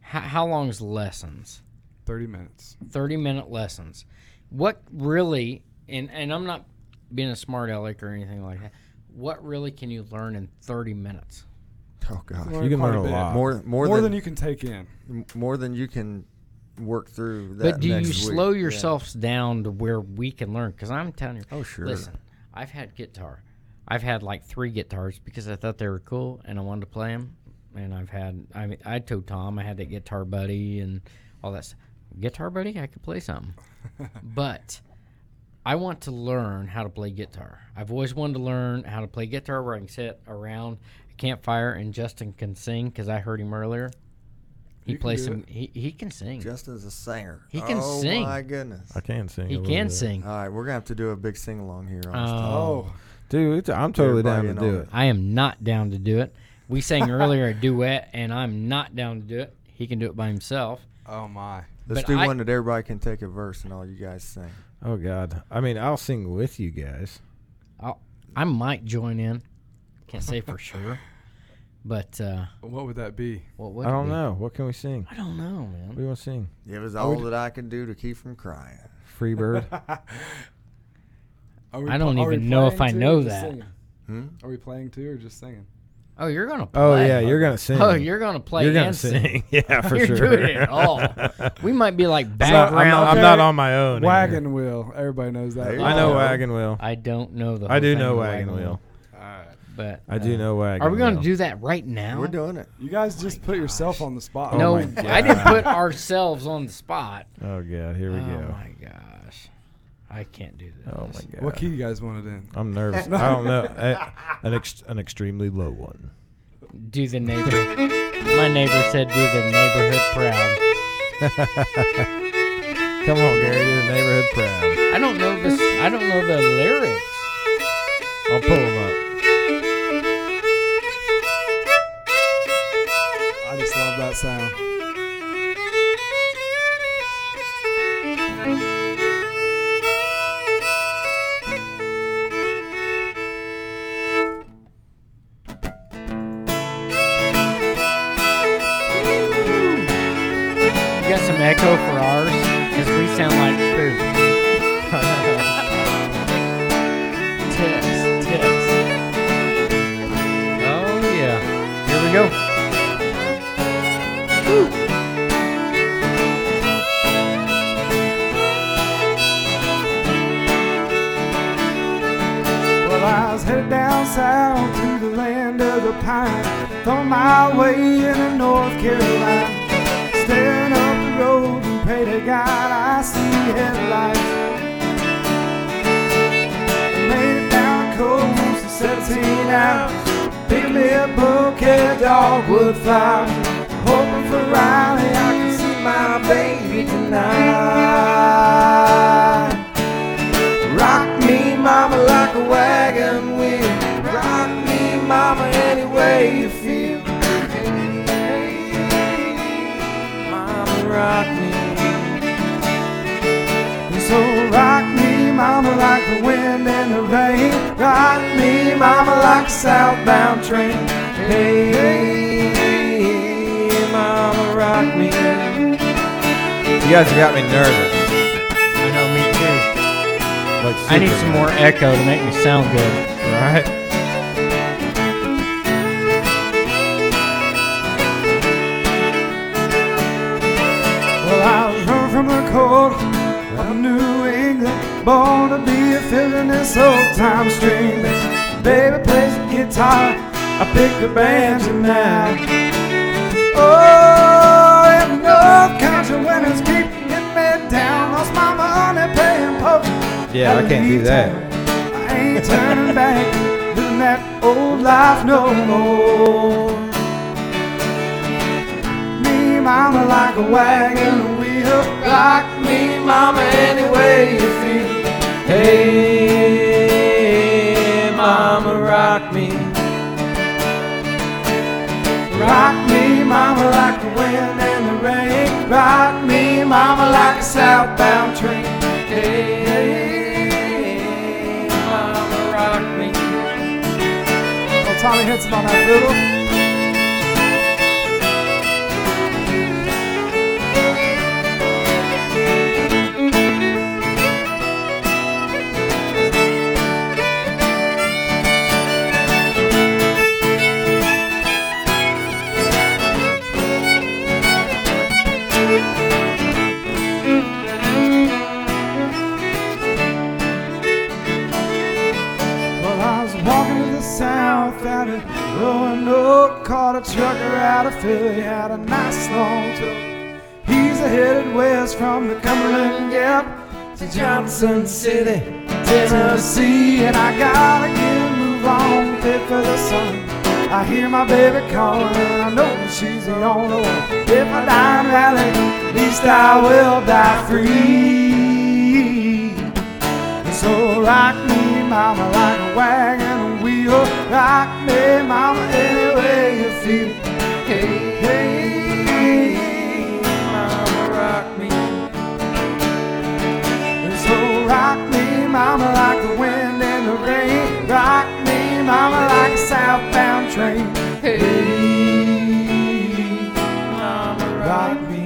how, how long's lessons? thirty minutes. 30 minute lessons. What really, and, and I'm not being a smart aleck or anything like that, what really can you learn in 30 minutes? Oh gosh. Learn You can quite learn a bit. lot. More more, More, than, than, you can take in. more than you can work through. That But do you next week. slow Yeah. yourselves down to where we can learn? Because I'm telling you, Oh, sure. Listen, I've had guitar. I've had like three guitars because I thought they were cool and I wanted to play them. And I've had, I mean, I told Tom I had that guitar buddy and all that stuff. Guitar buddy, I could play something. but I want to learn how to play guitar. I've always wanted to learn how to play guitar where I can sit around a campfire and Justin can sing because I heard him earlier. He You can plays do some. He, he can sing. Justin's a singer. He can oh, sing. my goodness. I can sing. a he little can bit. sing. All right, we're gonna have to do a big sing along here. Um, On Oh, dude. it's- I'm totally down Everybody to in do on it. I am not down to do it. We sang earlier a duet, and I'm not down to do it. He can do it by himself. Oh my. Let's But do I- one that everybody can take a verse and all you guys sing. Oh God, I mean, I'll sing with you guys. I'll, I might join in. Can't say for sure. But uh, What would that be? what would I it don't be? know. What can we sing? I don't know, man. What do you want to sing? It was all that I could do to keep from crying. Free bird. Are we I don't pl- are we even know if playing I too or know just that. singing? Hmm? Are we playing too or just singing? Oh, you're gonna. Play. oh yeah, you're gonna sing. Oh, you're gonna play. You're gonna and sing. yeah, for you're sure. doing it all. We might be like I'm not- background. I'm, not, I'm Okay. not on my own. here. Wagon wheel. Everybody knows that. There you I know Oh. wagon wheel. I don't know the. I whole do thing know of wagon wheel. Alright. but I do uh, know wagon. Are we gonna wheel. do that right now? We're doing it. You guys just put yourself on the spot. Oh no, my I didn't put ourselves on the spot. Oh God, here we oh go. my gosh, I can't do this. Oh my God. What key you guys wanted in? I'm nervous. I don't know. I- an ex- an extremely low one. Do the neighbor. My neighbor said, "Do the neighborhood proud." Come on, Gary, you're the neighborhood proud. I don't know this. I don't know the lyrics. I'll pull them up. I just love that sound. You got some echo for ours, because we sound like food. tips, tips. Oh yeah. Here we go. Well, I was headed down south to the land of the pine, on my way into North Carolina. Staring up the road and pray to God I see headlights. I Made it down coast in 17 hours, picked me a bouquet of dogwood flowers, hoping for Riley I can see my baby tonight. Rock me, mama, like a wagon wheel. Rock me, mama, any way you feel. Mama, rock me. So rock me, mama, like the wind and the rain. Rock me, mama, like a southbound train. Hey, hey, hey, mama, rock me. You guys got me nervous. I know me too. Like I need super some more echo to make me sound good. nervous, Right? Well, I was run from the cold of New England, born to be a feeling this old time string. Baby plays the guitar, I pick the band tonight. Oh, in the North Country winters keeping me down. Lost my money playing poker. Yeah, I Had a can't do good that. time. I ain't turning back, living that old life no more me, mama, like a wagon wheel. Rock me, mama, any way you feel. Hey, mama, rock me. Rock me, mama, like the wind and the rain. Rock me, mama, like a southbound train. Hey, mama, rock me. Oh, Tommy Henson on that fiddle. Well, I was walking to the south out of Roanoke, caught a trucker out of Philly, had a nice long tow. He's a headed west from the Cumberland Gap to Johnson City, Tennessee, and I gotta get a move on, fit for the sun. I hear my baby calling, and I know she's the only one. If I die in Raleigh, at least I will die free. So rock me, mama, like a wagon wheel. Rock me, mama, any way you feel. Hey, hey, mama, rock me. And so rock me, mama, like the wind and the rain. Rock me, mama, like a southbound train. Hey, mama, rock me.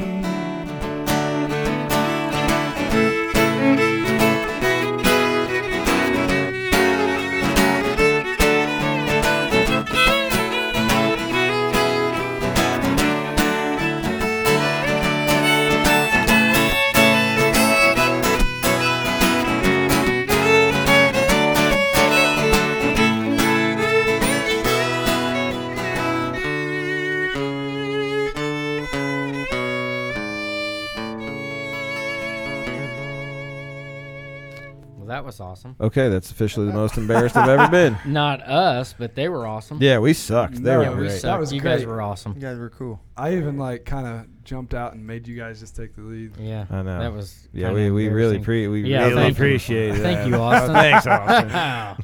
Well, that was awesome. Okay, that's officially the most embarrassed I've ever been. Not us, but they were awesome. Yeah, we sucked. They No, were Yeah, we great. sucked. was you guys great. were awesome. You guys were cool. I even like kind of jumped out and made you guys just take the lead. Yeah, I know. That was Yeah, kinda we, we really embarrassing. pre we Yeah, really thank you. appreciate it. Thank you, Austin. Thanks, Austin. wow.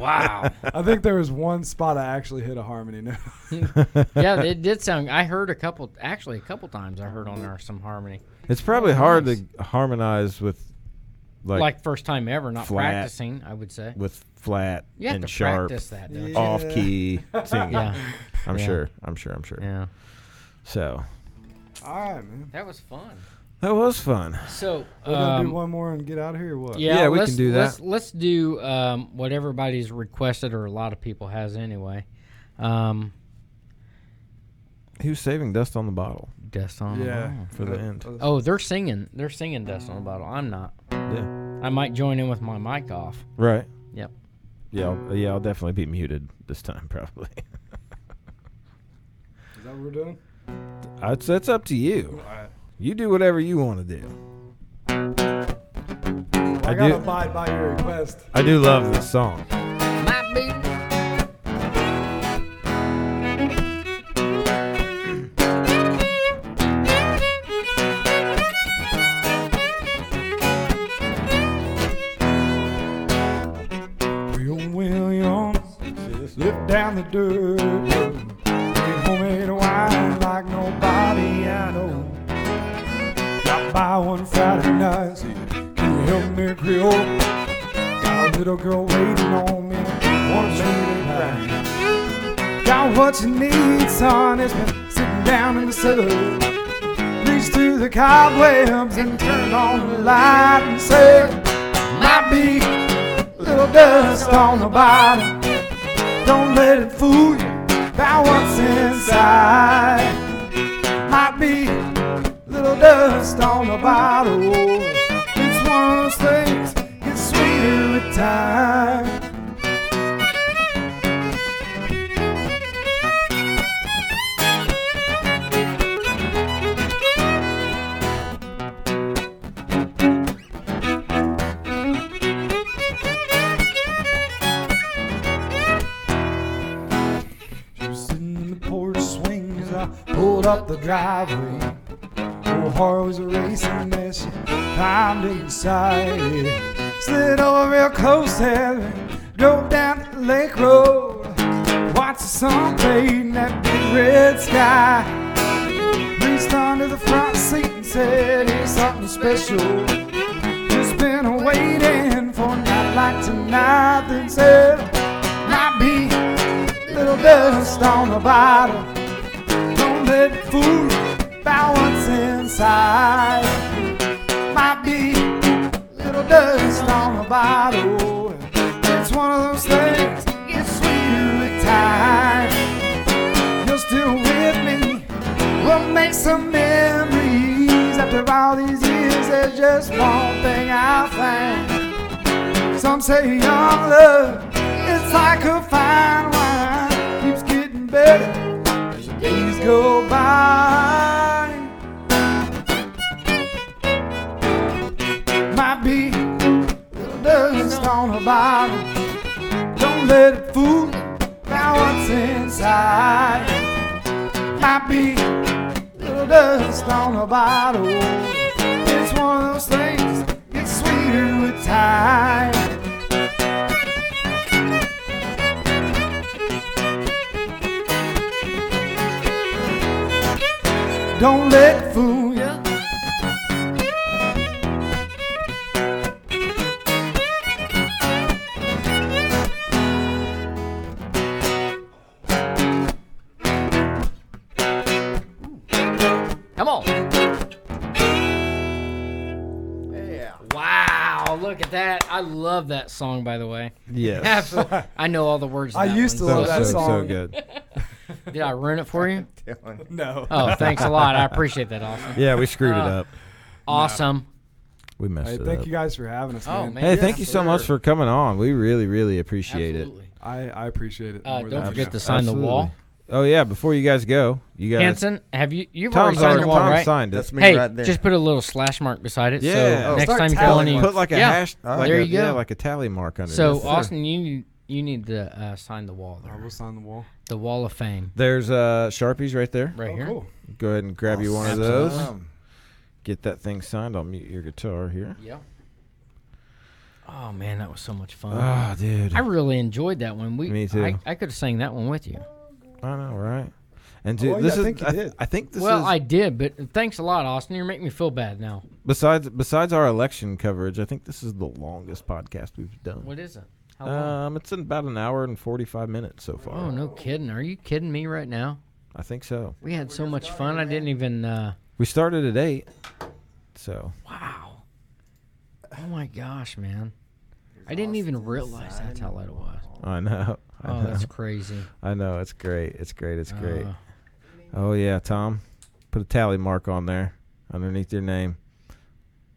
wow. I think there was one spot I actually hit a harmony note. Yeah, it did sound. I heard a couple, actually a couple times. I heard on there some harmony, It's probably Oh, hard nice. to harmonize with like, like, first time ever, not flat. practicing. I would say with flat you have and to sharp practice that. Don't you? off key singing. Yeah, I'm Yeah. sure. I'm sure. I'm sure. yeah. So All right, man. That was fun. that was fun. So, We're gonna do um, one more and get out of here. Or what? yeah, Yeah, we can let's- do that. Let's, let's do um, what everybody's requested, or a lot of people has anyway. Um, He was saving dust on the bottle. Dust on the Yeah. Bottle. For the end. Oh, they're singing. They're singing Dust on the Bottle. I'm not. Yeah. I might join in with my mic off. Right. Yep. Yeah. I'll, yeah. I'll definitely be muted this time. Probably. Is that what we're doing? That's that's up to you. All right. You do whatever you want to do. I, I gotta do- abide by your request. I do love this song. My boo. Will Williams lived down the dirt road. Made homemade wine like nobody I know. Got by one Friday night, said, can you help me Creole? Got a little girl waiting on me, wanna show me the ride. Got what you need, son, it's been sitting down in the cellar. Reached through the cobwebs and turned on the light and said, might be little dust on the bottom. Don't let it fool you about what's inside. Might be little dust on the bottle. It's one of those things, it's sweeter with time. She was sitting in the porch swing as I pulled up the driveway. Her heart was racing as she climbed inside. Slid over real close and drove down the lake road. Watched the sun fade in that big red sky. Reached under the front seat and said, Here's something special. Just been waiting for a night like tonight. Then said, Might be little dust on the bottle. Don't let it fool you about what's inside. Might be little dust on the bottle. It's one of those things, it's sweeter with time. You're still with me. We'll make some memories. After all these years, there's just one thing I find. Some say young love is like a fine wine, keeps getting better as the days go by. Might be little dust on a bottle. Don't let it fool you about what's inside. Might be little dust on a bottle. It's one of those things, it's sweeter with time. look at that. I love that song, by the way. Yes. Absolutely. I know all the words. to I that used one, to So, love that so, so song. good. so- Did I ruin it for you? Dylan. No. Oh, thanks a lot. I appreciate that, Austin. Yeah, we screwed it Uh, up. Awesome. We messed Hey, it thank up. you guys for having us, Oh, man. man. Hey, yes, thank you so much for coming on. We really, really appreciate Absolutely. I, I appreciate it. Uh, more don't than forget ever. to sign the wall. it. Oh yeah, before you guys go, you guys. Hanson, have you? You've Tom's already signed already the wall, Tom right? signed it. That's me Hey, right there. just put a little slash mark beside it. Yeah. So Oh, next start time you go on, tallying. you Put like a yeah. Oh, hash. All right. like There a- you go. Yeah, like a tally mark under. So this. Austin, you need you need to uh, sign the wall I there, will sign the wall. Oh, the wall of fame, There's uh, sharpies right there. right here. cool. Go ahead and grab you one of Awesome. those. Get that thing signed. I'll mute your guitar here. Yeah. Oh man, that was so much fun. Oh, dude. I really enjoyed that one. We Me too. I, I could have sang that one with you. I know, right? And dude, Oh, yeah, this I is. think you I, did. I think this well, is. I did, but uh, thanks a lot, Austin. You're making me feel bad now. besides besides our election coverage, I think this is the longest podcast we've done. What is it? How long? Um, it's in about an hour and forty-five minutes so far. oh no, kidding! Are you kidding me right now? I think so. We had so much fun. I didn't even. Uh, We started at eight, so wow. Oh my gosh, man! I didn't even realize that's how late it was. I know. I Oh, know. that's crazy. I know. It's great. It's great. It's great. Uh, Oh yeah, Tom, put a tally mark on there underneath your name.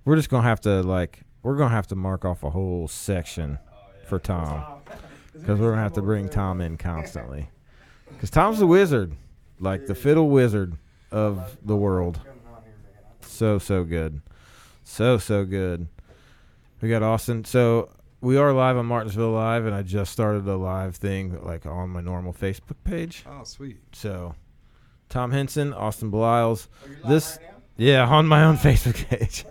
We're just gonna have to like we're gonna have to mark off a whole section for Tom because we're gonna have to bring Tom in constantly because Tom's the wizard, like the fiddle wizard of the world. So so good, so so good. We got Austin. So we are live on Martinsville Live, and I just started a live thing like on my normal Facebook page. Oh, sweet. So, Tom Henson, Austin Belials. This, yeah, on my own Facebook page.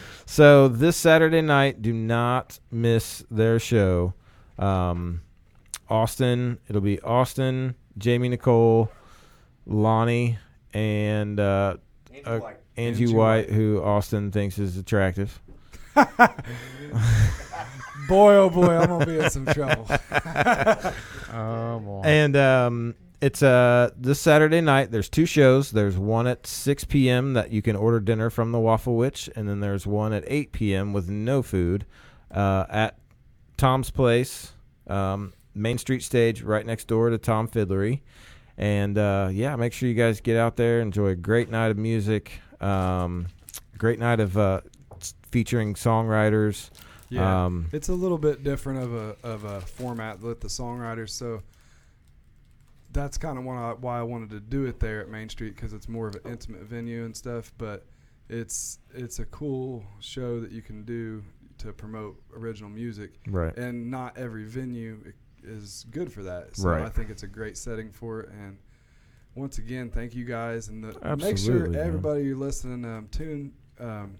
so this Saturday night, do not miss their show. Um, Austin, it'll be Austin, Jamie Nicole, Lonnie, and uh, uh, Angie, Angie White, who Austin thinks is attractive. Boy, oh boy, I'm gonna be in some trouble. oh boy. And um, it's uh this Saturday night. There's two shows. There's one at 6 p.m. that you can order dinner from the Waffle Witch, and then there's one at 8 p.m. with no food uh, at Tom's Place, um, Main Street Stage, right next door to Tom Fiddlery. And uh, yeah, make sure you guys get out there. Enjoy a great night of music. Um, great night of uh, s- featuring songwriters. Yeah. Um, it's a little bit different of a of a format with the songwriters, so that's kind of one I, why I wanted to do it there at Main Street because it's more of an intimate venue and stuff. But it's it's a cool show that you can do to promote original music, right. and not every venue i- is good for that. So Right. I think it's a great setting for it. And once again, thank you guys, and the, make Absolutely, sure man. everybody you're listening um, tune. Um,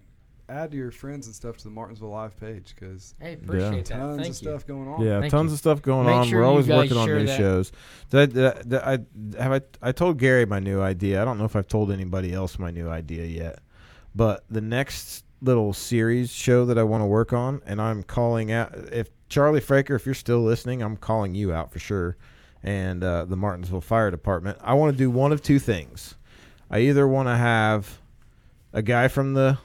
Add your friends and stuff to the Martinsville Live page because Hey, appreciate that. tons Thank of you. stuff going on. Yeah, Thank tons you. of stuff going Make on. sure We're you always guys working on share new that. shows. Did I, did I, did I- have I? I told Gary my new idea. I don't know if I've told anybody else my new idea yet, but the next little series show that I want to work on, and I'm calling out if Charlie Fraker, if you're still listening, I'm calling you out for sure, and uh, the Martinsville Fire Department. I want to do one of two things. I either want to have a guy from the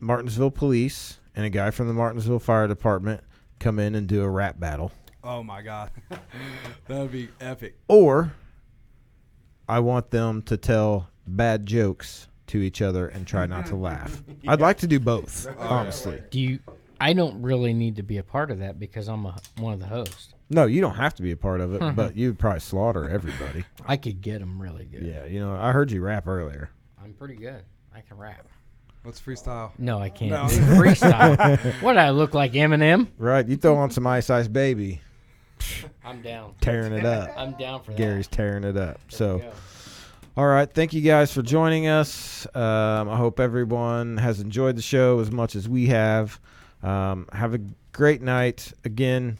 Martinsville Police and a guy from the Martinsville Fire Department come in and do a rap battle. Oh my god, that would be epic. or I want them to tell bad jokes to each other and try not to laugh. I'd like to do both, honestly. Do you? I don't really need to be a part of that because I'm a, one of the hosts. No, you don't have to be a part of it, but you'd probably slaughter everybody. I could get them really good. Yeah, you know, I heard you rap earlier. I'm pretty good. I can rap. Let's freestyle. No, I can't. No. do Freestyle. what I look like Eminem? Right, you throw on some Ice Ice Baby, I'm down. tearing it up. I'm down for that. Gary's tearing it up. So, Go. all right, thank you guys for joining us. Um, I hope everyone has enjoyed the show as much as we have. Um, have a great night. Again,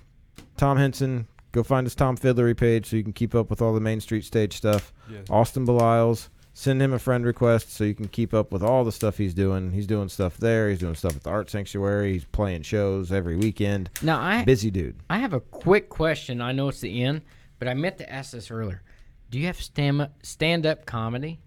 Tom Henson, go find his Tom Fiddlery page so you can keep up with all the Main Street stage stuff. Yes. Austin Belials, send him a friend request so you can keep up with all the stuff he's doing. He's doing stuff there. He's doing stuff at the Art Sanctuary. He's playing shows every weekend. Now I Busy dude. I have a quick question. I know it's the end, but I meant to ask this earlier. Do you have stand stand up comedy?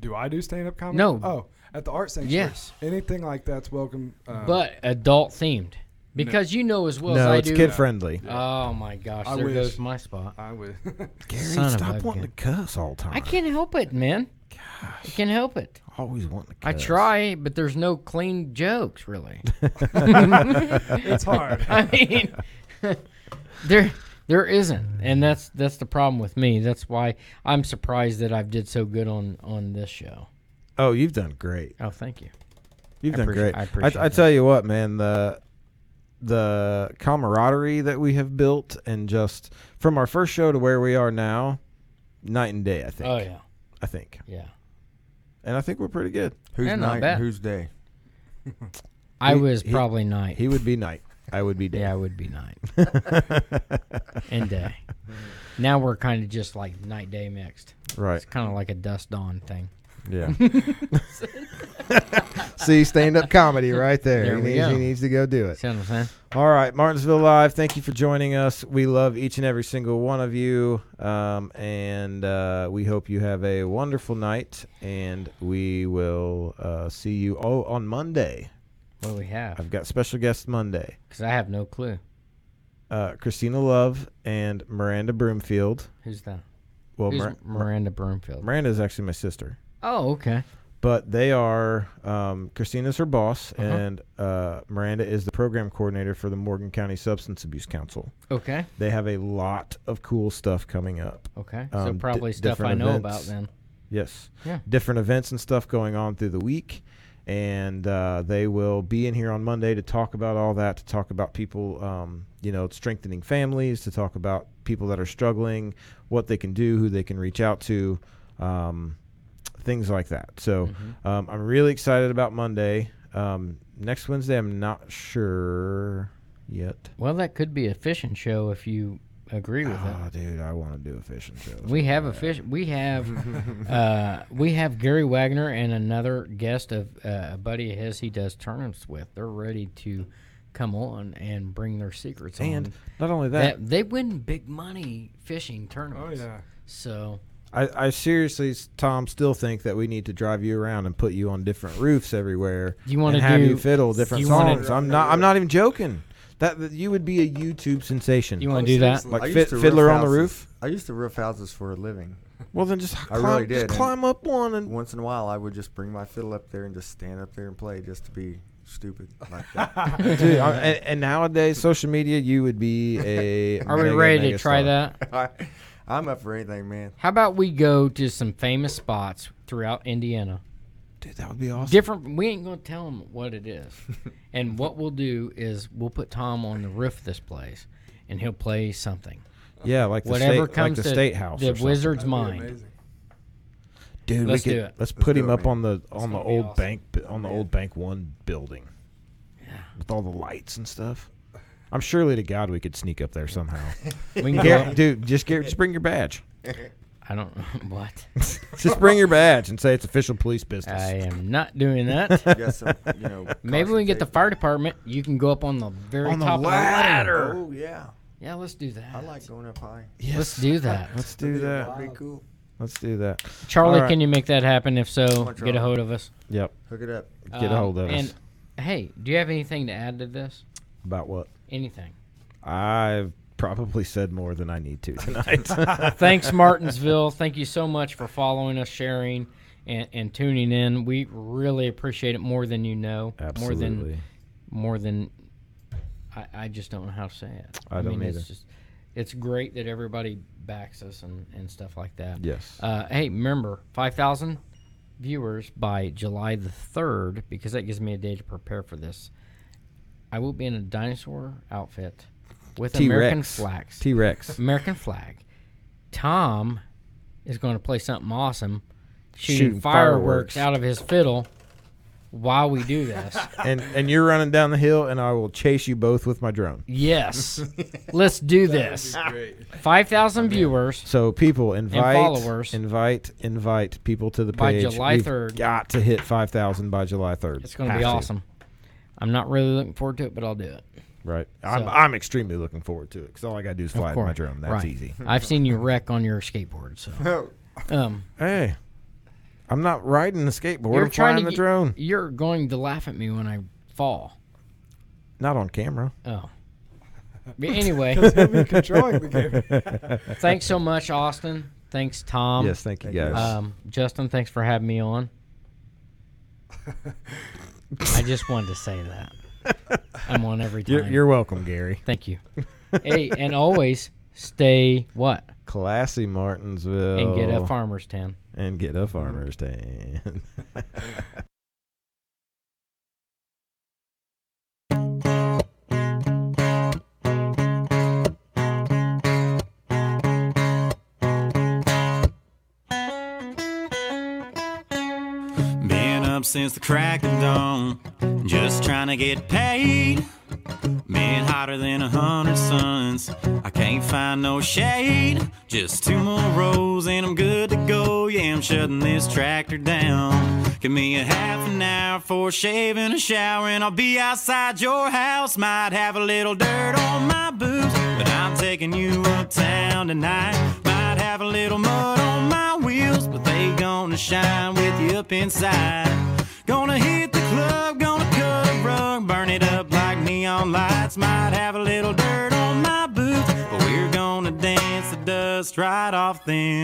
Do I do stand up comedy? No. Oh, at the art sanctuary. Yes. anything like that's welcome. Um, but adult themed because you know as well as no, I it's do. uh, kid friendly. Oh my gosh, I there wish. goes my spot. I would. Gary, Son of stop a wanting gun. to cuss all the time. I can't help it, man. I can't help it. always wanting to cuss. I try, but there's no clean jokes really. it's hard. I mean, there there isn't, and that's that's the problem with me. That's why I'm surprised that I've did so good on on this show. Oh, you've done great. Oh, thank you. You've I done appreci- great. I appreciate I, that. tell you what, man the the camaraderie that we have built and just from our first show to where we are now, night and day. I think. Oh yeah, I think, yeah. and I think we're pretty good. Who's Yeah, not night bad. and who's day? I was he- probably night. He would be night. I would be day. yeah, I would be night and day. Now we're kind of just like night day mixed. Right. It's kind of like a dust dawn thing. Yeah. See, stand up comedy right there. There he, we needs, he go. needs to go do it. See what I'm saying? All right, Martinsville Live, thank you for joining us. We love each and every single one of you. Um, and uh, we hope you have a wonderful night. And we will uh, see you oh, on Monday. What do we have? I've got special guests Monday Because I have no clue. uh, Christina Love and Miranda Broomfield. Who's that? Well, Who's Mir- Miranda Broomfield? Miranda is actually my sister. oh, okay. but they are um, Christina's her boss, Uh-huh. and uh, Miranda is the program coordinator for the Morgan County Substance Abuse Council. Okay. They have a lot of cool stuff coming up. Okay. so Um, di- probably stuff I different know about events. then. Yes, Yeah. different events and stuff going on through the week, and uh, they will be in here on Monday to talk about all that, to talk about people, um, you know, strengthening families, to talk about people that are struggling, what they can do, who they can reach out to. Um, things like that. So Mm-hmm. um, I'm really excited about Monday. Um, next Wednesday, I'm not sure yet. Well, that could be a fishing show if you agree with it. Oh, dude, I want to do a fishing show. We have a fish. We have uh, we have Gary Wagner and another guest of uh, a buddy of his. He does tournaments with. They're ready to come on and bring their secrets. and on. not only that, That, they win big money fishing Oh tournaments. yeah. So I, I seriously, s- Tom, still think that we need to drive you around and put you on different roofs everywhere. You wanna and have do- you fiddle different you wanna- songs? I'm not. I'm not even joking. That, that you would be a YouTube sensation. you want to do that? seriously. like I used fit, to roof Fiddler on the houses. Roof? I used to roof houses for a living. Well, then just I climb, really just did, and- climb up one and Once in a while, I would just bring my fiddle up there and just stand up there and play just to be stupid like that. Dude, I- and, and nowadays social media, you would be a. Are we mega, ready to mega try star. that? I, I'm up for anything, man. How about we go to some famous spots throughout Indiana? Dude, that would be awesome. Different. We ain't gonna tell them what it is. and what we'll do is we'll put Tom on the roof of this place, and he'll play something. yeah, like the Whatever state, like comes the to state house. the or something. wizard's That'd be mind. amazing. Dude, Let's we could, do it. Let's put do him it, up man. on the on the gonna be old awesome. bank bu- on the old bank one building. Yeah. With all the lights and stuff. I'm surely to God we could sneak up there somehow. We can go- Gar- dude, just Garrett, just bring your badge. I don't know what. Just bring your badge and say it's official police business. I am not doing that. Got some, you know. Maybe we can get the caution fire department. You can go up on the very On the top ladder. of the ladder. tape. Oh yeah, Yeah, let's do that. I like going up high. Yes. Let's do that. Let's do that. That'd be cool. Let's do that. Charlie, All right. can you make that happen? If so, on, get Charlie. a hold of us. Yep. Hook it up. Get a hold of Um, us. And hey, do you have anything to add to this? About what? Anything? I've probably said more than I need to tonight. Thanks, Martinsville. Thank you so much for following us, sharing, and, and tuning in. We really appreciate it more than you know. More than Absolutely. more than I, I just don't know how to say it. I don't mean, either. It's just it's great that everybody backs us and, and stuff like that. Yes. Uh, hey, remember five thousand viewers by July the third because that gives me a day to prepare for this. I will be in a dinosaur outfit with American T-Rex. flags. T-Rex. American flag. Tom is going to play something awesome, shooting, Shooting fireworks fireworks. out of his fiddle while we do this. and and you're running down the hill, and I will chase you both with my drone. Yes. Let's do this. Great. 5,000 viewers. So people invite followers. invite invite people to the By page. July We've 3rd. Got to hit five thousand by July third. It's going to be awesome. I'm not really looking forward to it, but I'll do it. right? I'm So- I'm extremely looking forward to it because all I got to do is fly Of with my course. drone. That's Right. easy. I've seen you wreck on your skateboard, so. Oh, Um, Hey, I'm not riding the skateboard. You're I'm trying to flying the get- drone. You're going to laugh at me when I fall. Not on camera. Oh. But anyway, He'll be controlling the game. thanks so much, Austin. Thanks, Tom. yes, thank you thank you. guys. Um, Justin, thanks for having me on. I just wanted to say that. I'm on every time. you're, you're welcome, Gary. Thank you. hey, and always stay what? Classy Martinsville. And get a farmer's town. and get a farmer's tan. Been up since the crack of dawn, just trying to get paid. Been hotter than a hundred suns, I can't find no shade. Just two more rows and I'm good to go. Yeah, I'm shutting this tractor down. Give me a half an hour for shaving a shower, and I'll be outside your house. Might have a little dirt on my boots, but I'm taking you uptown tonight. Might have a little mud on my wheels, but they gonna shine with you up inside. Gonna hit the club, gonna cut a rug, burn it up like neon lights. Might have a little dirt on my boots, but we're gonna dance the dust right off them.